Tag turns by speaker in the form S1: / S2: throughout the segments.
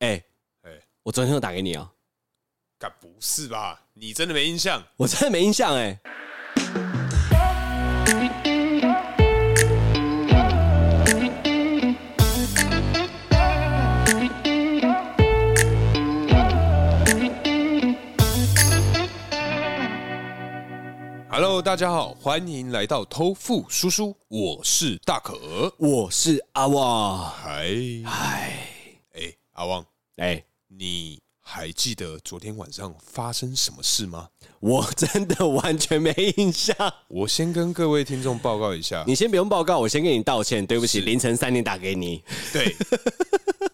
S1: 哎我昨天有打给你啊、
S2: 该不是吧？你真的没印象？
S1: 我真的没印象哎、
S2: Hello，大家好，欢迎来到偷富叔叔，我是大可。
S1: 我是阿旺，
S2: 嗨
S1: 哎
S2: 哎，阿旺，
S1: 哎、
S2: 你还记得昨天晚上发生什么事吗？
S1: 我真的完全没印 象。
S2: 我先跟各位听众报告一下，
S1: 你先不用报告，我先跟你道歉，对不起，
S2: 是
S1: 凌晨三点打给你。
S2: 对，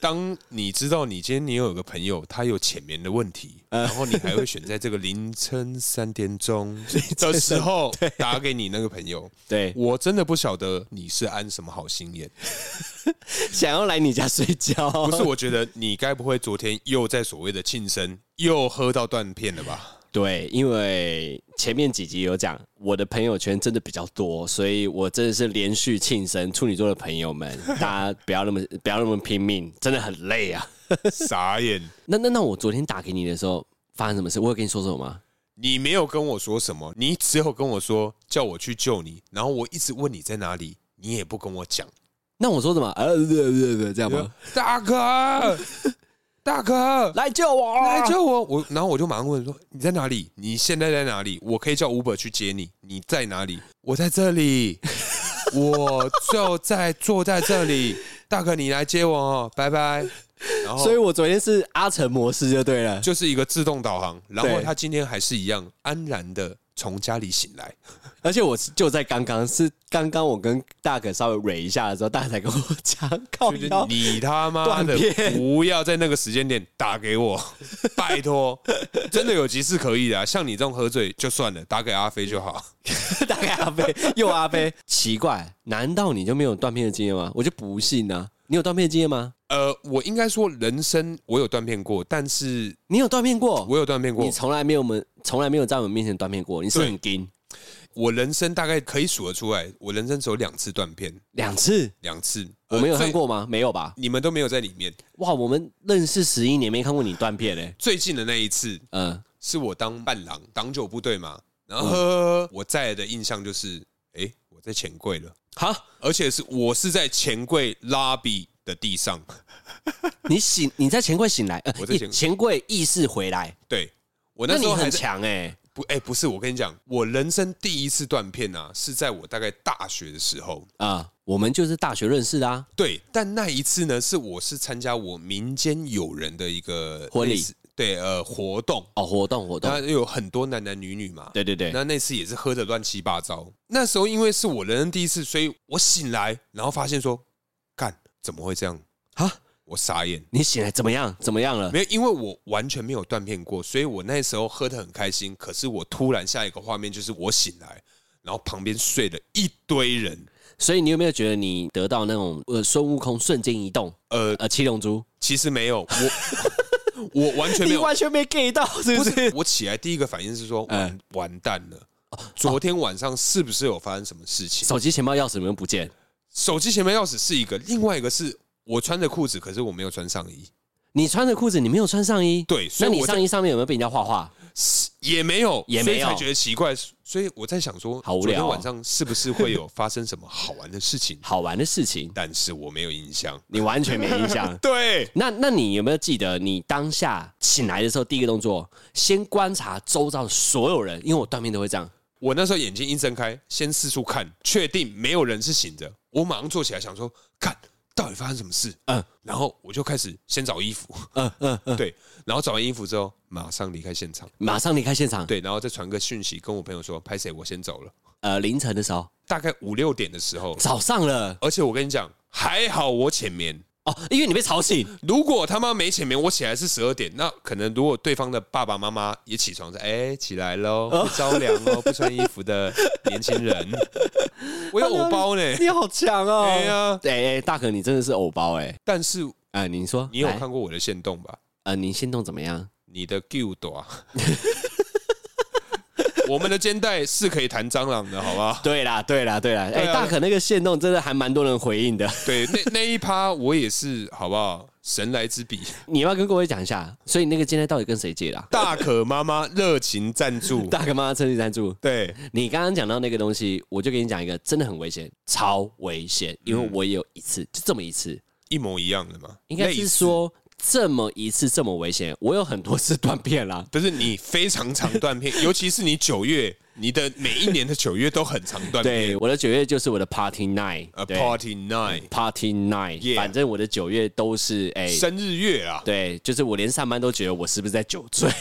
S2: 当你知道你今天你有个朋友他有浅眠的问 题，然后你还会选在这个凌晨三点 钟的时候打给你那个朋友，
S1: 对，
S2: 我真的不晓得你是安什么好心眼。
S1: 想要来你家睡觉，
S2: 不是，我觉得你该不会昨天又在所谓的庆生又喝到断片了吧？
S1: 对，因为前面几集有讲，我的朋友圈真的比较多，所以我真的是连续庆生。处女座的朋友 们，大家不要那么不要那么拼命，真的很累啊。
S2: 傻眼，
S1: 那那那我昨天打给你的时候发生什么事？我有跟你说什么吗？
S2: 你没有跟我说什么，你只有跟我说叫我去救你，然后我一直问你在哪里，你也不跟我讲。
S1: 那我说什么？呃，对对对，啊这样吗？
S2: 大哥，大哥，
S1: 来救我！
S2: 来！救我！我然后我就马上问说你在哪里？你现在在哪里？我可以叫 Uber 去接你。你在哪里？我在这里，我就在坐在这里。大哥，你来接我哦，拜拜。然后
S1: 所以我昨天是阿成模式哦就对了。
S2: 就是一个自动导航，然后
S1: 对
S2: 他今天还是一样安然的从家里醒来。
S1: 而且我是就在刚刚，是刚刚我跟大可稍微蕊一下的时候，大可才跟我讲，靠
S2: 就是
S1: 腰
S2: 你他妈
S1: 哦断
S2: 的
S1: 片
S2: 不要在那个时间点打给 我，拜托，真的有急事可以的、啊。像你这种喝醉就算了，打给阿飞就好。
S1: 大概阿飞又阿飞，奇怪，难道你就没有断片的经验吗？我就不信啊！你有断片的经验吗？
S2: 呃，我应该说人生我有断片过，但是
S1: 你有断片过？
S2: 我有断片过
S1: 哦你，从来没有我们从来没有在我们面前断片过，你是不是很硬
S2: 我人生大概可以数得出来，我人生只有两次断片，
S1: 两次，
S2: 两次。
S1: 我们有
S2: 看
S1: 看，过吗？没有吧？
S2: 你们都没有在里面。
S1: 哇，我们认识十一年没看过你断片嘞、欸
S2: 最近的那一次
S1: 嗯，
S2: 是我当伴郎，党酒部队嘛，然
S1: 嗯
S2: 后我在的印象就是，诶，我在钱柜了，
S1: 好，
S2: 而且是我是在钱柜拉比的地上，
S1: 你醒，你在钱柜醒来，呃
S2: 我在钱
S1: 钱柜意识回来，
S2: 对我
S1: 那
S2: 那时
S1: 你
S2: 候还
S1: 很
S2: 在
S1: 强哎、
S2: 不，诶，不是，我跟你讲，我人生第一次断片啊，是在我大概大学的时候，
S1: 啊、我们就是大学认识的啊，
S2: 对，但那一次呢，是我是参加我民间友人的一个
S1: 婚礼
S2: 类似，对，呃，活动，
S1: 哦，活动活动
S2: 那，有很多男男女女嘛，
S1: 对对对，
S2: 那那次也是喝的乱七八糟。那时候因为是我人生第一次，所以我醒来，然后发现说，干怎么会这样？
S1: 啊，
S2: 我傻眼，
S1: 你醒来怎么样？怎么样了？
S2: 没有，因为我完全没有断片过，所以我那时候喝的很开心。可是我突然下一个画面就是我醒来，然后旁边睡了一堆人，
S1: 所以你有没有觉得你得到那种呃孙悟空瞬间移动，
S2: 呃，
S1: 呃七龙珠？
S2: 其实没有，我我完全没
S1: 你
S2: 有。
S1: 完全没 get 到，是不
S2: 不是
S1: 是？嗯哦
S2: 我起来第一个反应是说，完完蛋了。昨天晚上是不是有发生什么事情？
S1: 手机、钱包、钥匙有没有不见？
S2: 手机前面钥匙是一个，另外一个是我穿着裤子，可是我没有穿上衣，
S1: 你穿着裤子，你没有穿上衣，
S2: 对
S1: 那
S2: 所以
S1: 你
S2: 我在
S1: 上衣上面有没有被人家画画？
S2: 也没有，
S1: 也没有
S2: 所以才觉得奇怪。所以我在想说，
S1: 好无聊哦？
S2: 昨天晚上是不是会有发生什么好玩的事情
S1: 好玩的事情，
S2: 但是我没有印象。。
S1: 你完全没印象
S2: 对，
S1: 那那你有没有记得你当下醒来的时候，第一个动作先观察周遭的所有人，因为我断片都会这样。
S2: 我那时候眼睛一睁开，先四处看，确定没有人是醒着，我马上坐起来想说，看到底发生什么事。
S1: 嗯
S2: 嗯，然后我就开始先找衣服，
S1: 嗯嗯嗯，
S2: 对，然后找完衣服之后，马上离开现场，
S1: 马上离开现场。
S2: 对，然后再传个讯息跟我朋友说，拍谁，我先走了。
S1: 呃，凌晨的时候，
S2: 大概五六点的时候，
S1: 早上了
S2: 而且我跟你讲，还好我浅眠。
S1: 哦，因为你被吵醒，
S2: 如果他妈没浅眠，我起来是十二点，那可能如果对方的爸爸妈妈也起床说：“哎、起来喽，不着凉哦，不穿衣服的年轻 人。”我有偶包呢，
S1: 你好强哦！
S2: 哎呀
S1: 哎 哎，大可你真的是偶包哎、
S2: 但是
S1: 啊、你说
S2: 你有
S1: 来
S2: 看过我的线动吧？
S1: 呃，你心动怎么样？
S2: 你的 Q 朵，我们的肩带是可以弹蟑螂的，好吧？
S1: 对啦，对啦，对啦，哎、
S2: 对啊
S1: 大可那个线动真的还蛮多人回应的。
S2: 对，那那一趴我也是，好不好？神来之笔，
S1: 你要不要跟各位讲一下，所以你那个肩带到底跟谁借啦？
S2: 大可妈妈热情赞 助，
S1: 大哥妈妈撑起赞助。
S2: 对，
S1: 你刚刚讲到那个东西，我就跟你讲一个真的很危险，超危险，因为我也有一次，就这么一次，
S2: 一模一样的嘛。
S1: 应该
S2: 类
S1: 是
S2: 似
S1: 说这么一次这么危险，我有很多次断片啊啦。
S2: 不是你非常长断片， 尤其是你九月，你的每一年的九月都很长断片。
S1: 对，我的九月就是我的 Party Night，
S2: 呃
S1: 对
S2: ，Party Night，
S1: Party Night，、
S2: Yeah
S1: 反正我的九月都是哎。
S2: 生日月啊，
S1: 对，就是我连上班都觉得我是不是在酒醉？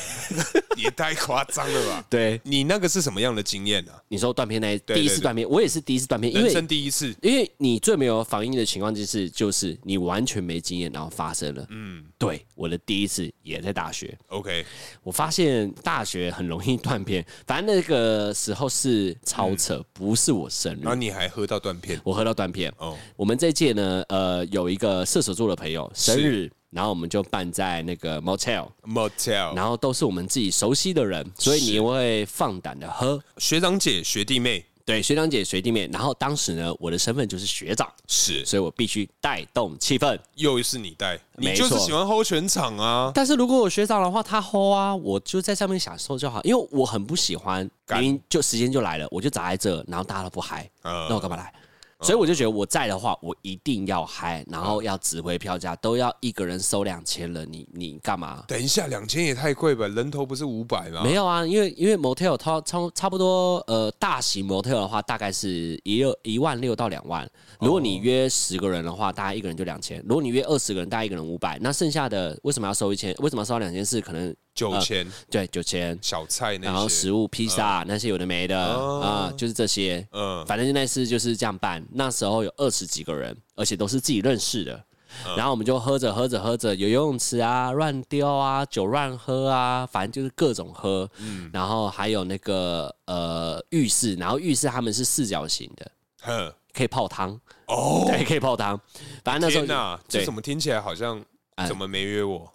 S2: 也太夸张了吧？
S1: 对，
S2: 你那个是什么样的经验啊？
S1: 你说断片那一
S2: 对
S1: 第一次
S2: 对
S1: 断片，我也是第一次断片，因
S2: 人
S1: 为
S2: 生第一次，
S1: 因为你最没有防疫的情况就是，就是你完全没经验，然后发生了。嗯，对，我的第一次也在大学，
S2: OK，
S1: 我发现大学很容易断片。反正那个时候是超扯，不是我生日
S2: 然后，你还喝到断片
S1: 我喝到断片。
S2: 啊哦，
S1: 我们这一届呢，呃，有一个射手座的朋友生日，然后我们就办在那个 motel，
S2: motel
S1: 然后都是我们自己熟悉的人，所以你会放胆的喝。
S2: 学长姐学弟妹
S1: 对，学长姐、学弟妹，然后当时呢，我的身份就是学长，
S2: 是
S1: 所以我必须带动气氛。
S2: 又是你带，你
S1: 没
S2: 就是
S1: 错
S2: 喜欢吼全场啊，
S1: 但是如果我学长的话，他吼啊，我就在上面享受就好，因为我很不喜欢，明
S2: 干
S1: 明就时间就来了，我就砸在这，然后大家都不嗨，
S2: 呃
S1: 那我干嘛来？所以我就觉得我在的话，我一定要嗨，然后要指挥票价，都要一个人收两千了，你你干嘛？
S2: 等一下，两千也太贵吧？人头不是五百吗？
S1: 没有啊，因为因为 motel 它差差不多呃大型 motel 的话，大概是一六一万六到两万。如果你约十个人的话，大概一个人就两千；如果你约二十个人，大概一个人五百。那剩下的为什么要收一千？为什么要收两千？是可能
S2: 九千
S1: 对九千，
S2: 小菜
S1: 然后
S2: 那些，哦
S1: 食物、披萨那些有的没的啊、就是这些。
S2: 嗯，
S1: 反正就那次就是这样办。那时候有二十几个人，而且都是自己认识的。
S2: 嗯
S1: 然后我们就喝着喝着喝着，有游泳池啊，乱丢啊，酒乱喝啊，反正就是各种喝。
S2: 嗯
S1: 然后还有那个呃浴室，然后浴室他们是四角形的，
S2: 哼，
S1: 可以泡汤，
S2: 哦，
S1: 对，可以泡汤。反正那时候哎
S2: 天哪，这
S1: 对
S2: 怎么听起来好像怎么没 约我？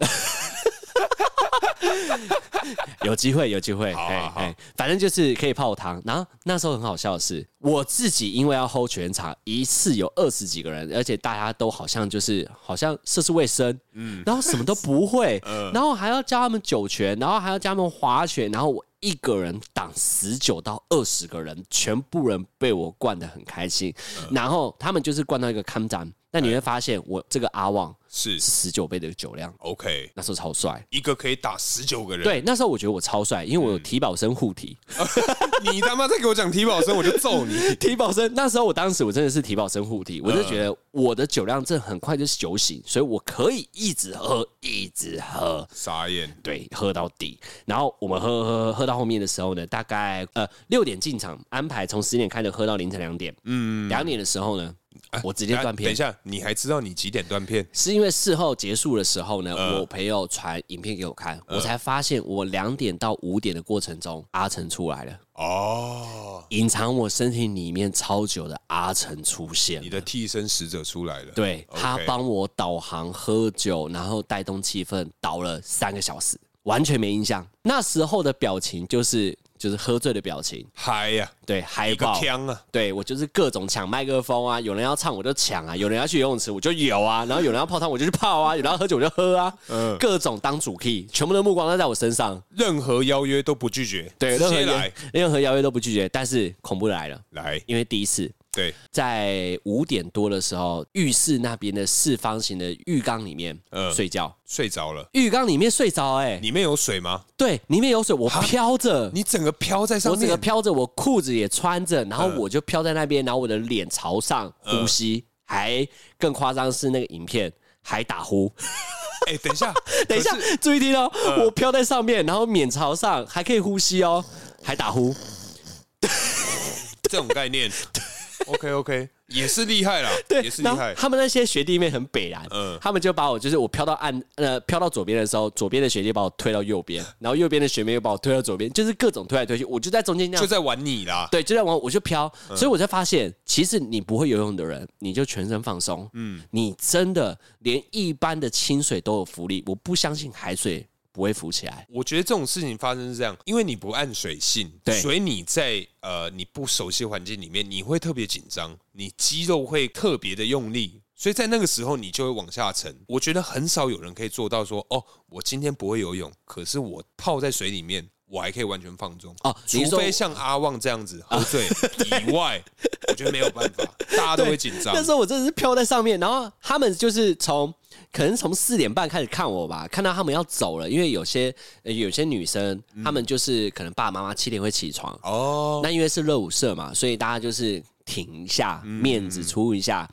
S1: 有机会，有机会，
S2: 好
S1: 哎
S2: 好好
S1: 哎，反正就是可以泡汤。然后那时候很好笑的是，我自己因为要 hold 全场，一次有二十几个人，而且大家都好像就是好像涉世未深，嗯，然后什么都不 会，
S2: 嗯
S1: 然后还要教他们九泉，然后还要教他们划拳，然后我一个人挡十九到二十个人，全部人被我灌得很开心，
S2: 嗯
S1: 然后他们就是灌到一个康展。但
S2: 哎
S1: 你会发现，我这个阿旺
S2: 是
S1: 是十九倍的酒量，
S2: OK，
S1: 那时候超帅。
S2: 一个可以打十九个人，
S1: 对，那时候我觉得我超帅，因为
S2: 嗯
S1: 我有体保生护体。
S2: 你他妈再给我讲体保生，我就揍你！
S1: 体保生，那时候我当时我真的是体保生护体，我
S2: 嗯
S1: 就觉得我的酒量真的很快就酒醒，所以我可以一直喝，一直喝，
S2: 傻眼，
S1: 对，喝到底。然后我们喝喝喝喝到后面的时候呢，大概呃六点进场，安排从十点开始喝到凌晨两点。嗯，两点的时候呢，我直接断
S2: 啊等
S1: 片
S2: 一。下，你还知道你几点断片？
S1: 是因为事后结束的时候呢，
S2: 嗯
S1: 我朋友传影片给我看，我才发现我两点到五点的过程中，阿成出来了，
S2: 哦，
S1: 隐藏我身体里面超久的阿成出现了
S2: 你。的替身使者出来了。，
S1: 对
S2: OK
S1: 他帮我导航喝酒，然后带动气氛，导了三个小时，完全没印象。那时候的表情就是就是喝醉的表情，
S2: 嗨呀，
S1: 对，嗨
S2: 一个
S1: 爆。
S2: 枪啊！
S1: 对我就是各种抢麦克风啊，有人要唱我就抢啊，有人要去游泳池我就游啊，然后有人要泡汤我就去泡啊，有人要喝酒我就喝啊，
S2: 嗯
S1: 各种当主 key，全部的目光都在我身上。
S2: 任何邀约都不拒绝，
S1: 对，
S2: 直
S1: 任何
S2: 接来
S1: 邀任何邀约都不拒绝，但是恐怖的来了，
S2: 来，
S1: 因为第一次
S2: 对，
S1: 在五点多的时候，浴室那边的四方形的浴缸里面、
S2: 嗯
S1: 睡觉，
S2: 睡着了，
S1: 浴缸里面睡着，哎，
S2: 里面有水吗？
S1: 对，里面有水，我飘着，
S2: 你整个飘在啊上
S1: 我整个
S2: 面，
S1: 飘着，我裤子也穿着，然后我就飘在那边，然后我的脸朝上呼
S2: 嗯
S1: 吸，还更夸张是那个影片。还打 呼，
S2: 哎，等一下，
S1: 等一下
S2: 可是，嗯
S1: 注意听哦，我飘在上面，然后面朝上，还可以呼吸哦，还打呼，
S2: 这种 概念，OK OK，也是厉害啦，
S1: 对，
S2: 也是厉
S1: 然后
S2: 害，
S1: 他们那些学弟妹很北然，
S2: 嗯
S1: 他们就把我就是我飘到岸呃飘到左边的时候，左边的学弟把我推到右边，然后右边的学妹又把我推到左边，就是各种推来推去，我就在中间那
S2: 就嗯
S1: 样。
S2: 在玩你啦，
S1: 对，就在玩，我就飘，所以我才发现，其实你不会游泳的人，你就全身放松，嗯，你真的连一般的清水都有浮力，我不相信海水不会浮起来。
S2: 我觉得这种事情发生是这样，因为你不按水性，
S1: 对
S2: 所以你在呃你不熟悉的环境里面，你会特别紧张，你肌肉会特别的用力，所以在那个时候你就会往下沉。我觉得很少有人可以做到说，哦，我今天不会游泳，可是我泡在水里面，我还可以完全放纵
S1: 哦你
S2: 除
S1: 是说
S2: 非像阿旺这样子喝 醉以外，我觉得没有办法，大家都会紧张
S1: 那。时候我真的是飘在上面，然后他们就是从可能从四点半开始看我吧，看到他们要走了，因为有些呃有些女生，她们就是可能爸爸妈妈七点会起床，
S2: 嗯哦，
S1: 那因为是热舞社嘛，所以大家就是挺一下，
S2: 嗯
S1: 面子出一下。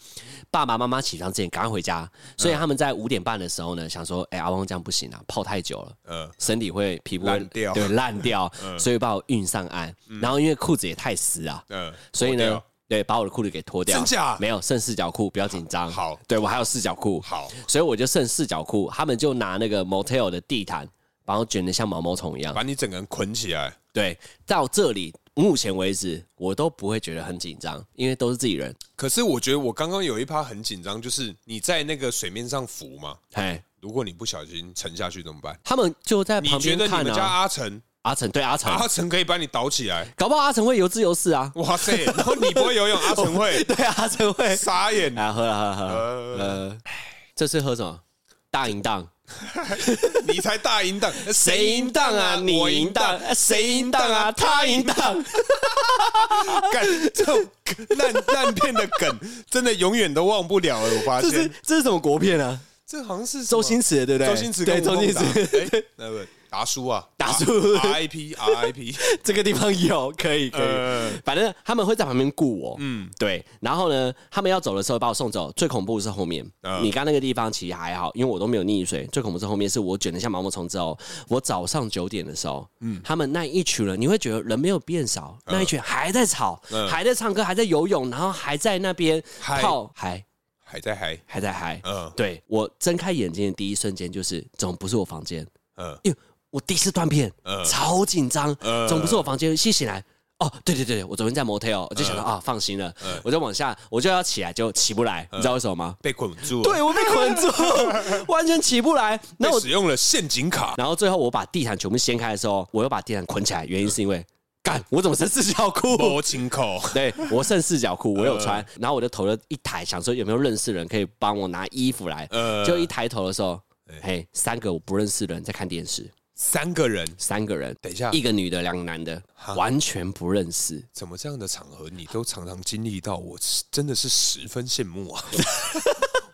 S1: 爸爸妈妈起床之前赶快回家，所
S2: 嗯
S1: 以他们在五点半的时候呢，想说：“哎、阿汪这样不行啊，泡太久了，
S2: 呃，
S1: 身体会皮肤会
S2: 烂掉嗯
S1: 对，烂 掉，所以把我运上岸。然后因为裤子也太湿啊，
S2: 呃，
S1: 所以
S2: 脱
S1: 呢
S2: 掉，
S1: 对，把我的裤子给脱掉。
S2: 真假
S1: 没有，剩四角裤，不要紧张。
S2: 好
S1: 对我还有四角裤，
S2: 好，
S1: 所以我就剩四角裤。他们就拿那个 motel 的地毯，把我卷得像毛毛虫一样。
S2: 把你整个人捆起来。
S1: 对，到这里目前为止，我都不会觉得很紧张，因为都是自己人。
S2: 可是我觉得我刚刚有一趴很紧张，就是你在那个水面上浮嘛，
S1: 哎，
S2: 如果你不小心沉下去怎么办？
S1: 他们就在
S2: 你
S1: 旁
S2: 觉
S1: 边
S2: 得你
S1: 看
S2: 们家
S1: 啊。哎
S2: 阿成，
S1: 阿成对阿成，
S2: 阿成可以把你倒起来？
S1: 搞不好阿成会游自由式 啊。
S2: 哇塞！然后你不 会游泳，
S1: 哦
S2: 阿成会，
S1: 对，阿成会。
S2: 傻 眼。
S1: 啊，喝了喝了喝了。
S2: 呃，
S1: 呃，这次喝什么？大淫荡。
S2: 你才大淫荡，
S1: 谁淫荡啊？你
S2: 我
S1: 淫荡？谁淫荡啊？他淫荡。
S2: 干这种烂烂片的梗，真的永远都忘不了了。我发
S1: 这是
S2: 现
S1: 这是什么国片啊？
S2: 这好像是什么
S1: 周星驰的对不对？
S2: 周星驰
S1: 对
S2: 跟
S1: 周
S2: 吴孟
S1: 星
S2: 达
S1: 驰
S2: 哎那个达叔啊，
S1: 达叔
S2: RIP RIP，
S1: 这个地方有可 以可
S2: 呃
S1: 以，反正他们会在旁边顾我，嗯，对。然后呢，他们要走的时候把我送走。最恐怖的是后面，
S2: 嗯
S1: 你刚那个地方其实还好，因为我都没有溺水。最恐怖是后面，是我卷得像毛毛虫之后，我早上九点的时候，嗯，他们那一群人，你会觉得人没有变少，那一群还在吵，
S2: 呃嗯
S1: 还在唱歌，还在游泳，然后还在那边
S2: 嗨
S1: 泡，还
S2: 还在还，
S1: 还在嗨。
S2: 嗯
S1: 对我睁开眼睛的第一瞬间就是，怎么不是我房间？
S2: 嗯。
S1: 因为我第一次断片，
S2: 嗯
S1: 超紧张，
S2: 嗯
S1: 总不是我房间，一醒来。哦，对对对，我昨天在 motel，我就
S2: 嗯
S1: 想到啊、放心了，我就往下，我就要起来，就起不
S2: 嗯
S1: 来，你知道为什么吗？
S2: 被捆住了，
S1: 对我被捆住， 完全起不来。那
S2: 被
S1: 我，
S2: 使用了陷阱卡，
S1: 然后最后我把地毯全部掀开的时候，我又把地毯捆起来，原因是因
S2: 嗯
S1: 为，干，我怎么是四角 裤？
S2: 波情口，
S1: 对我剩四角裤，我有
S2: 嗯
S1: 穿，然后我就投了一台，想说有没有认识人可以帮我拿衣服来。
S2: 呃，
S1: 就一抬头的时候，
S2: 哎
S1: 嘿，三个我不认识的人在看电视，
S2: 三个人，
S1: 三个人，
S2: 等一下
S1: 一个女的，两个男的，完全不认识。
S2: 怎么这样的场合你都常常经历到？我是真的是十分羡 慕啊！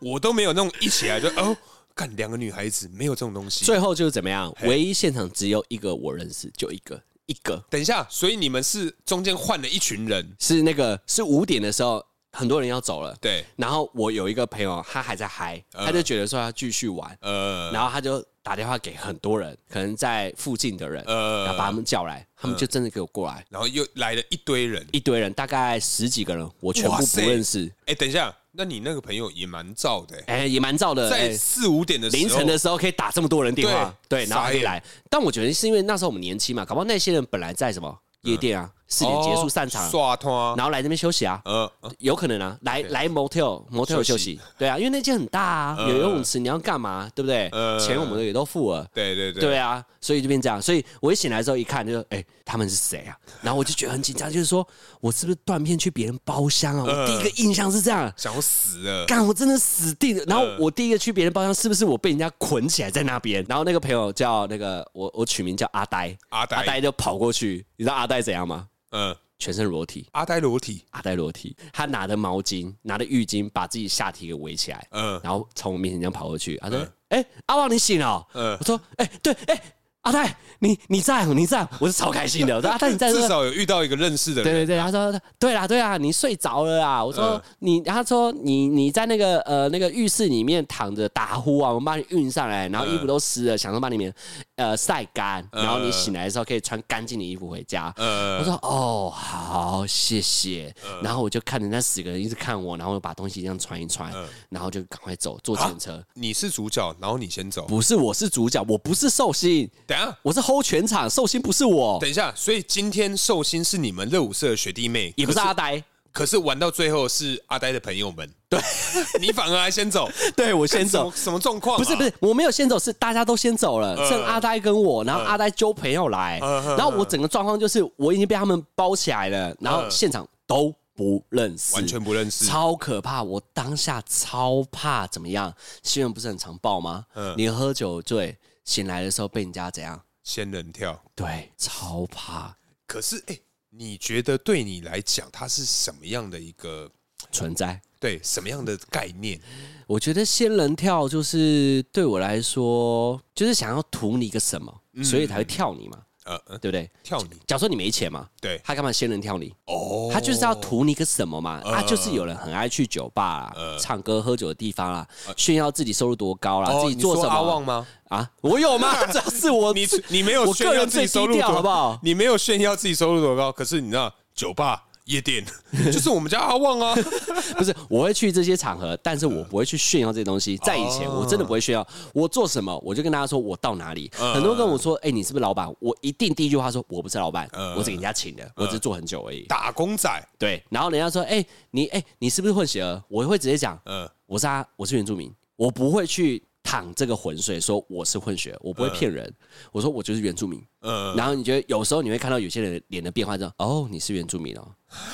S2: 我都没有那种一起来就哦，干两个女孩子没有这种东西。
S1: 最后就是怎么样？唯一现场只有一个我认识，就一个，一个
S2: 等一下，所以你们是中间换了一群人，
S1: 是那个是五点的时候，很多人要走了。
S2: 对，嗯
S1: 然后我有一个朋友，他还在嗨，他就觉得说要继续玩，
S2: 呃
S1: 然后他就打电话给很多人，可能在附近的人，然后
S2: 呃，
S1: 把他们叫来，他们就真的给我过来，
S2: 然后又来了一堆人。
S1: 一堆人，大概十几个人，我全
S2: 哇
S1: 部不
S2: 塞
S1: 认识。
S2: 哎，等一下，那你那个朋友也蛮燥的欸，
S1: 哎、也蛮燥的，
S2: 在
S1: 哎
S2: 四五点的时候
S1: 凌晨的时候可以打这么多人电话，
S2: 对
S1: 对，然后还可以来。但我觉得是因为那时候我们年轻嘛，搞不好那些人本来在什么夜店啊，四点结束散场，
S2: 哦刷通，
S1: 然后来这边休息啊，
S2: 呃，呃
S1: 有可能啊，来来 motel motel
S2: 休息
S1: 休息，对啊，因为那间很大啊，有游泳池，你要干嘛，对不对？
S2: 呃
S1: 钱我们也都付了。
S2: 对对对，
S1: 嗯对啊，所以就变这样。所以我一醒来之后一看就，哎、他们是谁啊？然后我就觉得很紧张，就是说我是不是断片去别人包厢啊？我第一个印象是这样，
S2: 想要死了，
S1: 干，我真的死定了。然后
S2: 嗯
S1: 我第一个去别人包厢，是不是我被人家捆起来在那边？然后那个朋友叫那个我，我取名叫阿呆，
S2: 阿呆
S1: 阿呆就跑过去，你知道阿呆怎样吗？
S2: 嗯，
S1: 全身裸体，
S2: 阿呆裸体，
S1: 阿呆裸体，他拿着毛巾，拿着浴巾，把自己下体给围起来，
S2: 嗯
S1: 然后从我面前这样跑过去，他说
S2: 嗯：“
S1: 哎、阿旺，你醒了哦、
S2: 嗯
S1: 我说：“哎、对，哎、阿呆，你你在哦，你在哦，我是超开心的。”我说：“阿呆，你在？”
S2: 至少有遇到一个认识的
S1: 对
S2: 人，
S1: 对对，他说对啦对啦，你睡着了啦。我说、
S2: 嗯
S1: 你，他说你你在那个呃那个浴室里面躺着打呼啊，我们帮你运上来，然后衣服都湿了，想说把你们呃晒干，然后你醒来的时候可以穿干净的衣服回家。我
S2: 呃，
S1: 说哦好，谢谢。然后我就看着那十个人一直看我，然后我把东西这样穿一穿，然后就赶快走，坐电车。
S2: 你是主角，然后你先走。
S1: 啊不是我是主角，我不是寿星，
S2: 等一下，
S1: 我是 hold 全场，寿星不是我，
S2: 等一下，所以今天寿星是你们热舞社的学弟妹，
S1: 也不是阿呆，
S2: 可是玩到最后是阿呆的朋友们，对 你反而还先走，
S1: 对我 先
S2: 什
S1: 走
S2: 么，什么状况啊？
S1: 不是不是，我没有先走，是大家都先走了，
S2: 嗯
S1: 剩阿呆跟我，然后阿呆揪朋友来，
S2: 嗯嗯
S1: 然后我整个状况就是我已经被他们包起来了，然后
S2: 嗯
S1: 现场都不认识，
S2: 完全不认识，
S1: 超可怕！我当下超怕怎么样？新闻不是很常报吗？
S2: 嗯
S1: 你喝酒醉醒来的时候被人家怎样？
S2: 仙人跳。
S1: 对，超怕
S2: 可是哎、你觉得对你来讲，它是什么样的一个
S1: 存在。
S2: 对什么样的概念？
S1: 我觉得仙人跳就是对我来说，就是想要图你一个什么，
S2: 嗯
S1: 所以才会跳你嘛，
S2: 呃，呃
S1: 对不对？
S2: 跳你
S1: 假如说你没钱嘛，
S2: 对
S1: 他干嘛仙人跳你？
S2: 哦，
S1: 他就是要图你个什么嘛？
S2: 嗯
S1: 啊，就是有人很爱去酒吧啊、
S2: 嗯啊
S1: 唱歌、喝酒的地方啦，炫耀自己收入多高啦，
S2: 哦
S1: 自己做
S2: 你
S1: 什
S2: 说阿旺
S1: 么
S2: 吗？
S1: 啊？我有 吗？这是我
S2: 你
S1: 自
S2: 你没有
S1: 我
S2: 炫
S1: 个
S2: 耀
S1: 人
S2: 自己
S1: 最
S2: 收
S1: 低
S2: 入
S1: 调，
S2: 多
S1: 好不好？
S2: 你没有炫耀自己收入多高，可是你知道酒吧、夜店 就是我们家阿旺啊，
S1: 不是，我会去这些场合，但是我不会去炫耀这些东
S2: 嗯
S1: 西。在以前，我真的不会炫耀。我做什么，我就跟大家说我到哪里。
S2: 嗯
S1: 很多人跟我说：“哎，你是不是老板？”我一定第一句话说：“我不是老板，
S2: 嗯
S1: 我是给人家请的，我只是做很久而已。
S2: 打工仔，”
S1: 对，然后人家说：“哎，你哎，你是不是混血儿？”我会直接讲：“
S2: 嗯、呃，
S1: 我是啊，我是原住民，我不会去淌这个浑水，说我是混血，我不会骗人。我说我就是原住民。
S2: 嗯
S1: 然后你觉得有时候你会看到有些人脸的变化，就哦，你是原住 民哦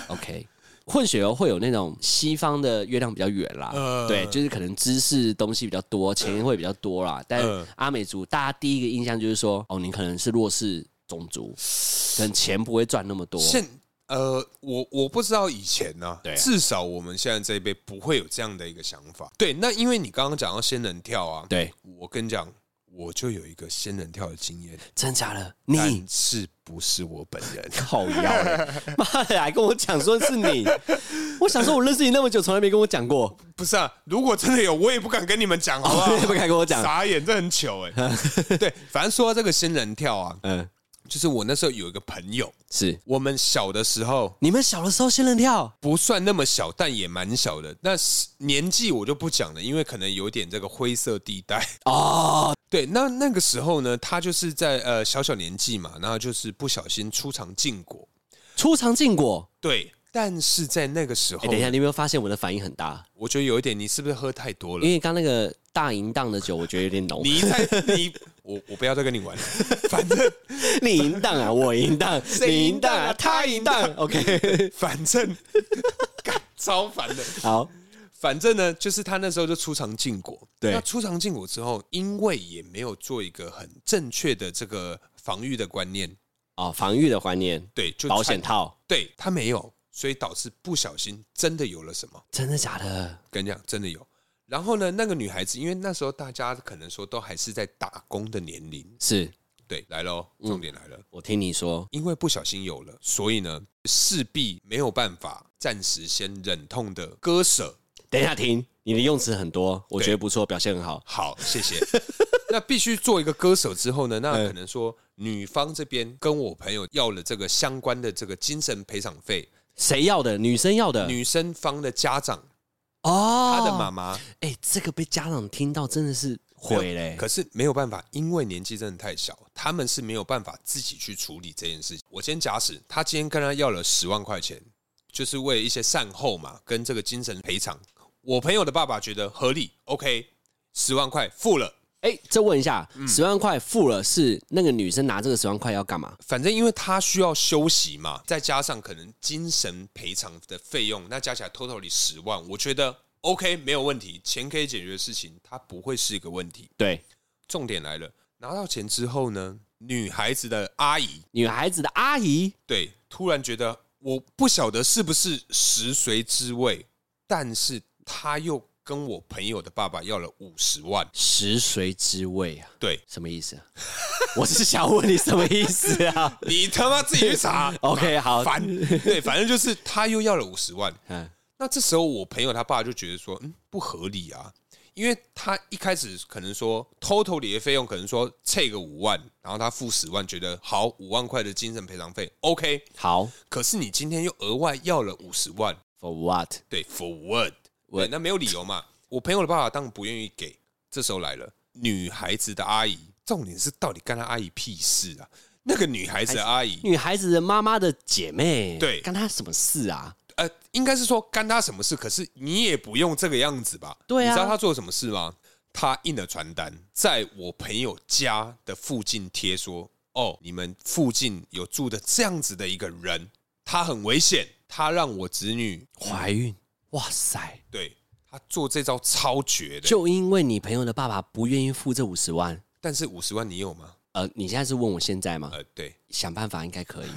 S1: ，OK。混血儿会有那种西方的月亮比较圆啦，
S2: 嗯
S1: 对，就是可能知识东西比较多，钱会比较多啦。但
S2: 嗯
S1: 阿美族大家第一个印象就是说，哦，你可能是弱势种 族，可能钱不会赚那么多。
S2: 现呃，我我不知道以前呢、
S1: 对啊
S2: 至少我们现在这一辈不会有这样的一个想法。对，那因为你刚刚讲到仙人跳啊，
S1: 对，
S2: 我跟你讲，我就有一个仙人跳的经验，
S1: 真假的，你。
S2: 但是不是我本人
S1: 靠腰、欸， 妈的，还跟我讲说是 你。我想说，我认识你那么久，从来没跟我讲过，
S2: 不是啊，如果真的有，我也不敢跟你们讲，好不好？
S1: 你也不哦敢跟我讲。
S2: 傻眼，这很糗 哎、对，反正说到这个仙人跳啊，
S1: 嗯，
S2: 就是我那时候有一个朋友，
S1: 是
S2: 我们小的时候
S1: 你们小的时候仙人跳，
S2: 不算那么小，但也蛮小的。那是年纪我就不讲了，因为可能有点这个灰色地带。
S1: 哦，
S2: 对，那那个时候呢，他就是在呃小小年纪嘛，然后就是不小心出场禁果。
S1: 初尝禁果。
S2: 对，但是在那个时候，
S1: 哎、等一下，你有没有发现我的反应很大？
S2: 我觉得有一点，你是不是喝太多了
S1: 因？为刚那个大淫荡的酒，我觉得有点浓。
S2: 你在你我我不要再跟你玩了，反正
S1: 你淫荡啊，我淫 荡，你淫荡啊，他淫荡。OK，
S2: 反正干超烦的。
S1: 好，
S2: 反正呢，就是他那时候就出场禁果。
S1: 对
S2: 那出场禁果之后，因为也没有做一个很正确的这个防御的观念，
S1: 哦，防御的观念，
S2: 对，就
S1: 保险
S2: 他，
S1: 套，
S2: 对他没有，所以导致不小心真的有了什么。
S1: 真的假的？
S2: 跟你讲，真的有。然后呢，那个女孩子，因为那时候大家可能说都还是在打工的年龄，
S1: 是
S2: 对，来喽，
S1: 嗯
S2: 重点来了，
S1: 我听你说，
S2: 因为不小心有了，所以呢，势必没有办法暂时先忍痛的割舍，
S1: 等一下停，你的用词很多，我觉得不错，表现很好。
S2: 好，谢 谢。那必须做一个歌手之后呢，那可能说女方这边跟我朋友要了这个相关的这个精神赔偿费，
S1: 谁要的？女生要的。
S2: 女生方的家长，
S1: 哦，
S2: 她的妈妈
S1: 哎、这个被家长听到真的是欸毁嘞、
S2: 可是没有办法，因为年纪真的太小，他们是没有办法自己去处理这件事情。我先假使他今天跟他要了十万块钱，就是为了一些善后嘛，跟这个精神赔偿。我朋友的爸爸觉得合理，OK，十万块付了。
S1: 哎、再问一下，
S2: 嗯
S1: 十、万块付了是那个女生拿这个十万块要干嘛？
S2: 反正因为他需要休息嘛，再加上可能精神赔偿的费用，那加起来 totally 十万，我觉得 OK 没有问题，钱可以解决的事情，它不会是一个问题。
S1: 对，
S2: 重点来了，拿到钱之后呢，女孩子的阿姨
S1: 女孩子的阿姨
S2: 对突然觉得，我不晓得是不是食髓知味，但是她又跟我朋友的爸爸要了五十万，
S1: 食髓知味啊，
S2: 对
S1: 什么意思、啊？ 我是想问你什么意思 啊
S2: 你他妈自己去查
S1: ？OK，好，
S2: 烦，对，反正就是他又要了五十万。
S1: 嗯，
S2: 那这时候我朋友他爸就觉得说，嗯，不合理啊，因为他一开始可能说 total 里的费用可能说这个五万，然后他付十万，觉得好五万块的精神赔偿费 OK，
S1: 好
S2: 可是你今天又额外要了五十万，
S1: ，For what？
S2: 对，forward，
S1: 我
S2: 对，那没有理由嘛。我朋友的爸爸当然不愿意给，这时候来了女孩子的阿姨，重点是到底干他阿姨屁事啊？那个女孩子的阿姨，
S1: 女孩子的妈妈的姐妹，
S2: 对
S1: 干她什么事啊？
S2: 呃，应该是说干他什么事？可是你也不用这个样子吧？
S1: 对啊
S2: 你知道他做了什么事吗？他印了传单，在我朋友家的附近贴说：“哦，你们附近有住的这样子的一个人，他很危险，他让我侄女
S1: 怀孕，哇塞！
S2: 对他做这招超绝的。”
S1: 就因为你朋友的爸爸不愿意付这五十万，
S2: 但是五十万你有吗？
S1: 呃，你现在是问我现在吗？
S2: 呃，对，
S1: 想办法应该 可以，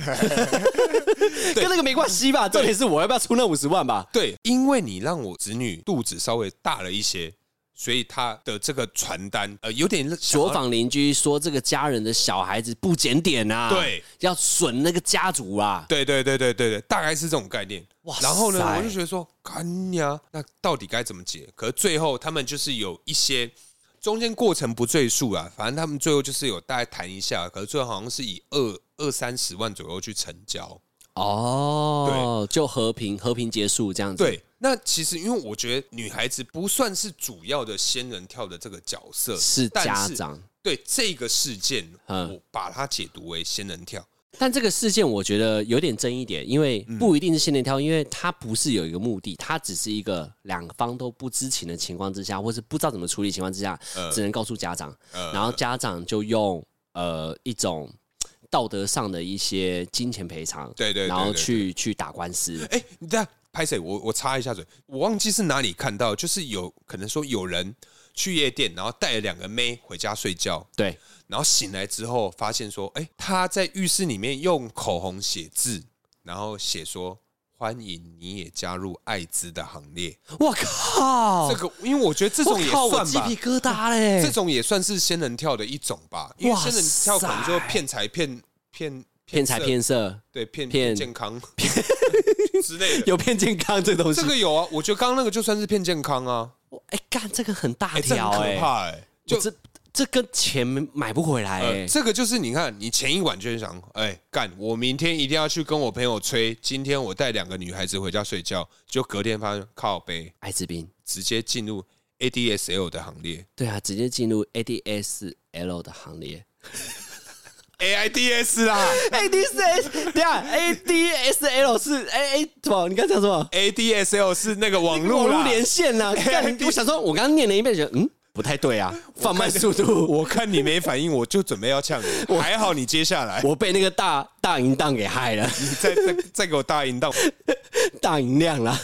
S1: 跟那个没关系吧？重点是我要不要出那五十万吧？
S2: 对，因为你让我侄女肚子稍微大了一些，所以她的这个传单呃有点想要
S1: 左坊邻居说这个家人的小孩子不检点啊，
S2: 对，
S1: 要损那个家族啊。
S2: 对对对对对对，大概是这种概念。
S1: 哇
S2: 然后呢
S1: 塞，
S2: 我就觉得说，干呀，那到底该怎么解？可是最后他们就是有一些中间过程不赘述啊，反正他们最后就是有大概谈一下，可是最后好像是以二二三十万左右去成交。
S1: 哦，就和平和平结束这样子。，
S2: 对，那其实因为我觉得女孩子不算是主要的仙人跳的这个角色，
S1: 是
S2: 但
S1: 家
S2: 是
S1: 长。
S2: 对这个事件，
S1: 嗯
S2: 我把它解读为仙人跳。
S1: 但这个事件我觉得有点争议点，因为
S2: 嗯
S1: 不一定是仙人跳，因为它不是有一个目的，它只是一个两方都不知情的情况之下，或是不知道怎么处理情况之下，
S2: 呃
S1: 只能告诉家长，然后家长就用呃一种道德上的一些金钱赔偿，
S2: 对对对
S1: 然后
S2: 对对
S1: 去去打官司。
S2: 哎、你等下拍谁？我我插一下嘴，我忘记是哪里看到，就是有可能说有人去夜店，然后带了两个妹回家睡觉，
S1: 对，
S2: 然后醒来之后发现说，哎、他在浴室里面用口红写字，然后写说。欢迎你也加入艾滋的行列。
S1: 我靠
S2: 这，个，因为我觉得这
S1: 我
S2: 种也
S1: 靠，我
S2: 算
S1: 鸡
S2: 吧
S1: 皮，哎疙瘩嘞，
S2: 这种也算是仙人跳的一种吧。因为仙人跳可能就骗财骗骗
S1: 骗财
S2: 色
S1: 骗色，
S2: 对骗
S1: 骗
S2: 骗健康之类的。
S1: 有骗健康这东西
S2: 这，个有啊，我觉得刚刚那个就算是骗健康啊，
S1: 哇哎干这个很大
S2: 哎、这
S1: 条
S2: 很
S1: 哎
S2: 可。怕哎、就
S1: 我这这跟钱买不回来、
S2: 呃，
S1: 欸，
S2: 这个就是你看，你前一晚就想，哎、干，我明天一定要去跟我朋友吹，今天我带两个女孩子回家睡觉，就隔天发现靠背
S1: 艾滋病。
S2: 直接进入 ADSL 的行列
S1: 对啊，直接进入 ADSL 的行列。
S2: ，AIDS 啦
S1: ADSL，对啊，ADSL 是哎哎什么？你刚讲什么？
S2: ，ADSL 是那个网
S1: 网
S2: 络
S1: 络
S2: 啦。
S1: 连线 呐、啊！干我想说，我刚刚念了一遍，觉得嗯不太对啊，放慢速度。
S2: 我看你没反应，我就准备要呛你，还好你接下来，
S1: 我被那个大大淫荡给害了，
S2: 你再再再给我大淫荡。
S1: 大淫量了。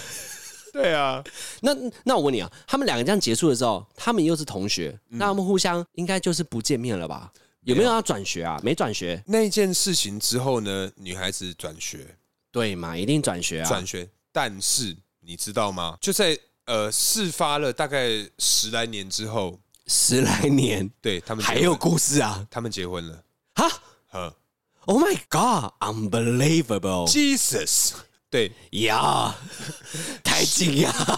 S2: 对啊，
S1: 那那我问你啊，他们两个这样结束的时候，他们又是同学，那他们互相应该就是不见面了吧？有没有要转学啊？没转学，
S2: 那件事情之后呢，女孩子转学，
S1: 对嘛？一定转学啊！
S2: 转学，但是你知道吗？就在呃事发了大概十来年之后，
S1: 十来年，
S2: 对他们结
S1: 还
S2: 婚
S1: 有故事啊！
S2: 他们结婚了，
S1: 哈
S2: 呵
S1: ，Oh my God，unbelievable！
S2: ，Jesus，对
S1: 呀，太惊讶了，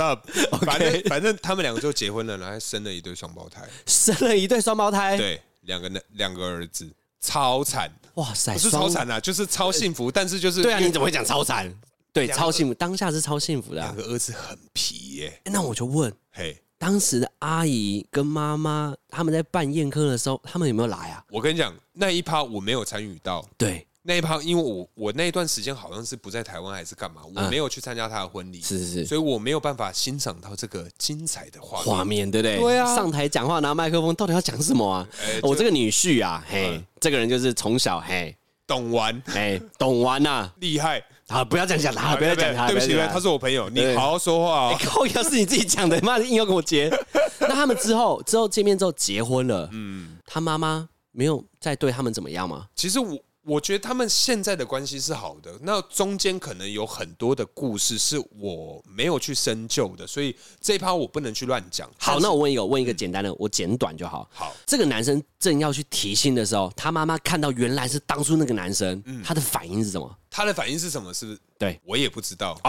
S2: up，
S1: OK
S2: 反正反正他们两个就结婚了，然后还生了一对双胞胎，
S1: 生了一对双胞胎，
S2: 对，两个男两个儿子，超惨，
S1: 哇塞，
S2: 不哦是
S1: 哎双
S2: 超，惨啦，啊就是超幸福，但是就是
S1: 对啊，
S2: 因为
S1: 你怎么会讲超惨？对，超幸福，当下是超幸福的
S2: 两
S1: 啊。
S2: 个儿子很皮耶，
S1: 那我就问，
S2: 嘿。
S1: 当时的阿姨跟妈妈他们在办宴客的时候，他们有没有来啊？
S2: 我跟你讲，那一趴我没有参与到，
S1: 对，
S2: 那一趴，因为我我那一段时间好像是不在台湾还是干嘛，我没有去参加他的婚礼，
S1: 嗯是是是，
S2: 所以我没有办法欣赏到这个精彩的画面。
S1: 画面对不对？
S2: 对啊哎
S1: 上台讲话拿麦克风，到底要讲什么啊？我这个女婿啊，嘿，
S2: 嗯
S1: 这个人就是从小嘿。
S2: 懂完
S1: 哎，懂玩呐、
S2: 厉害，
S1: 啊，不要这样讲他，不要讲他，
S2: 对不起，对
S1: 要
S2: 不
S1: 讲
S2: 起，他是我朋友，你
S1: 对
S2: 好好说话
S1: 哎
S2: 哦。
S1: 靠，要是你自己讲的，妈的硬要跟我接。那他们之后之后见面之后结婚了，嗯，他妈妈没有再对他们怎么样吗？
S2: 其实我我觉得他们现在的关系是好的，那中间可能有很多的故事是我没有去深究的，所以这一趴我不能去乱讲。
S1: 好，
S2: 但是
S1: 那我问一个，问一个简单的，我简短就好。
S2: 好，
S1: 这个男生正要去提亲的时候，他妈妈看到原来是当初那个男生，他的反应是什么？
S2: 他的反应是什么？是不是？
S1: 对，
S2: 我也不知道。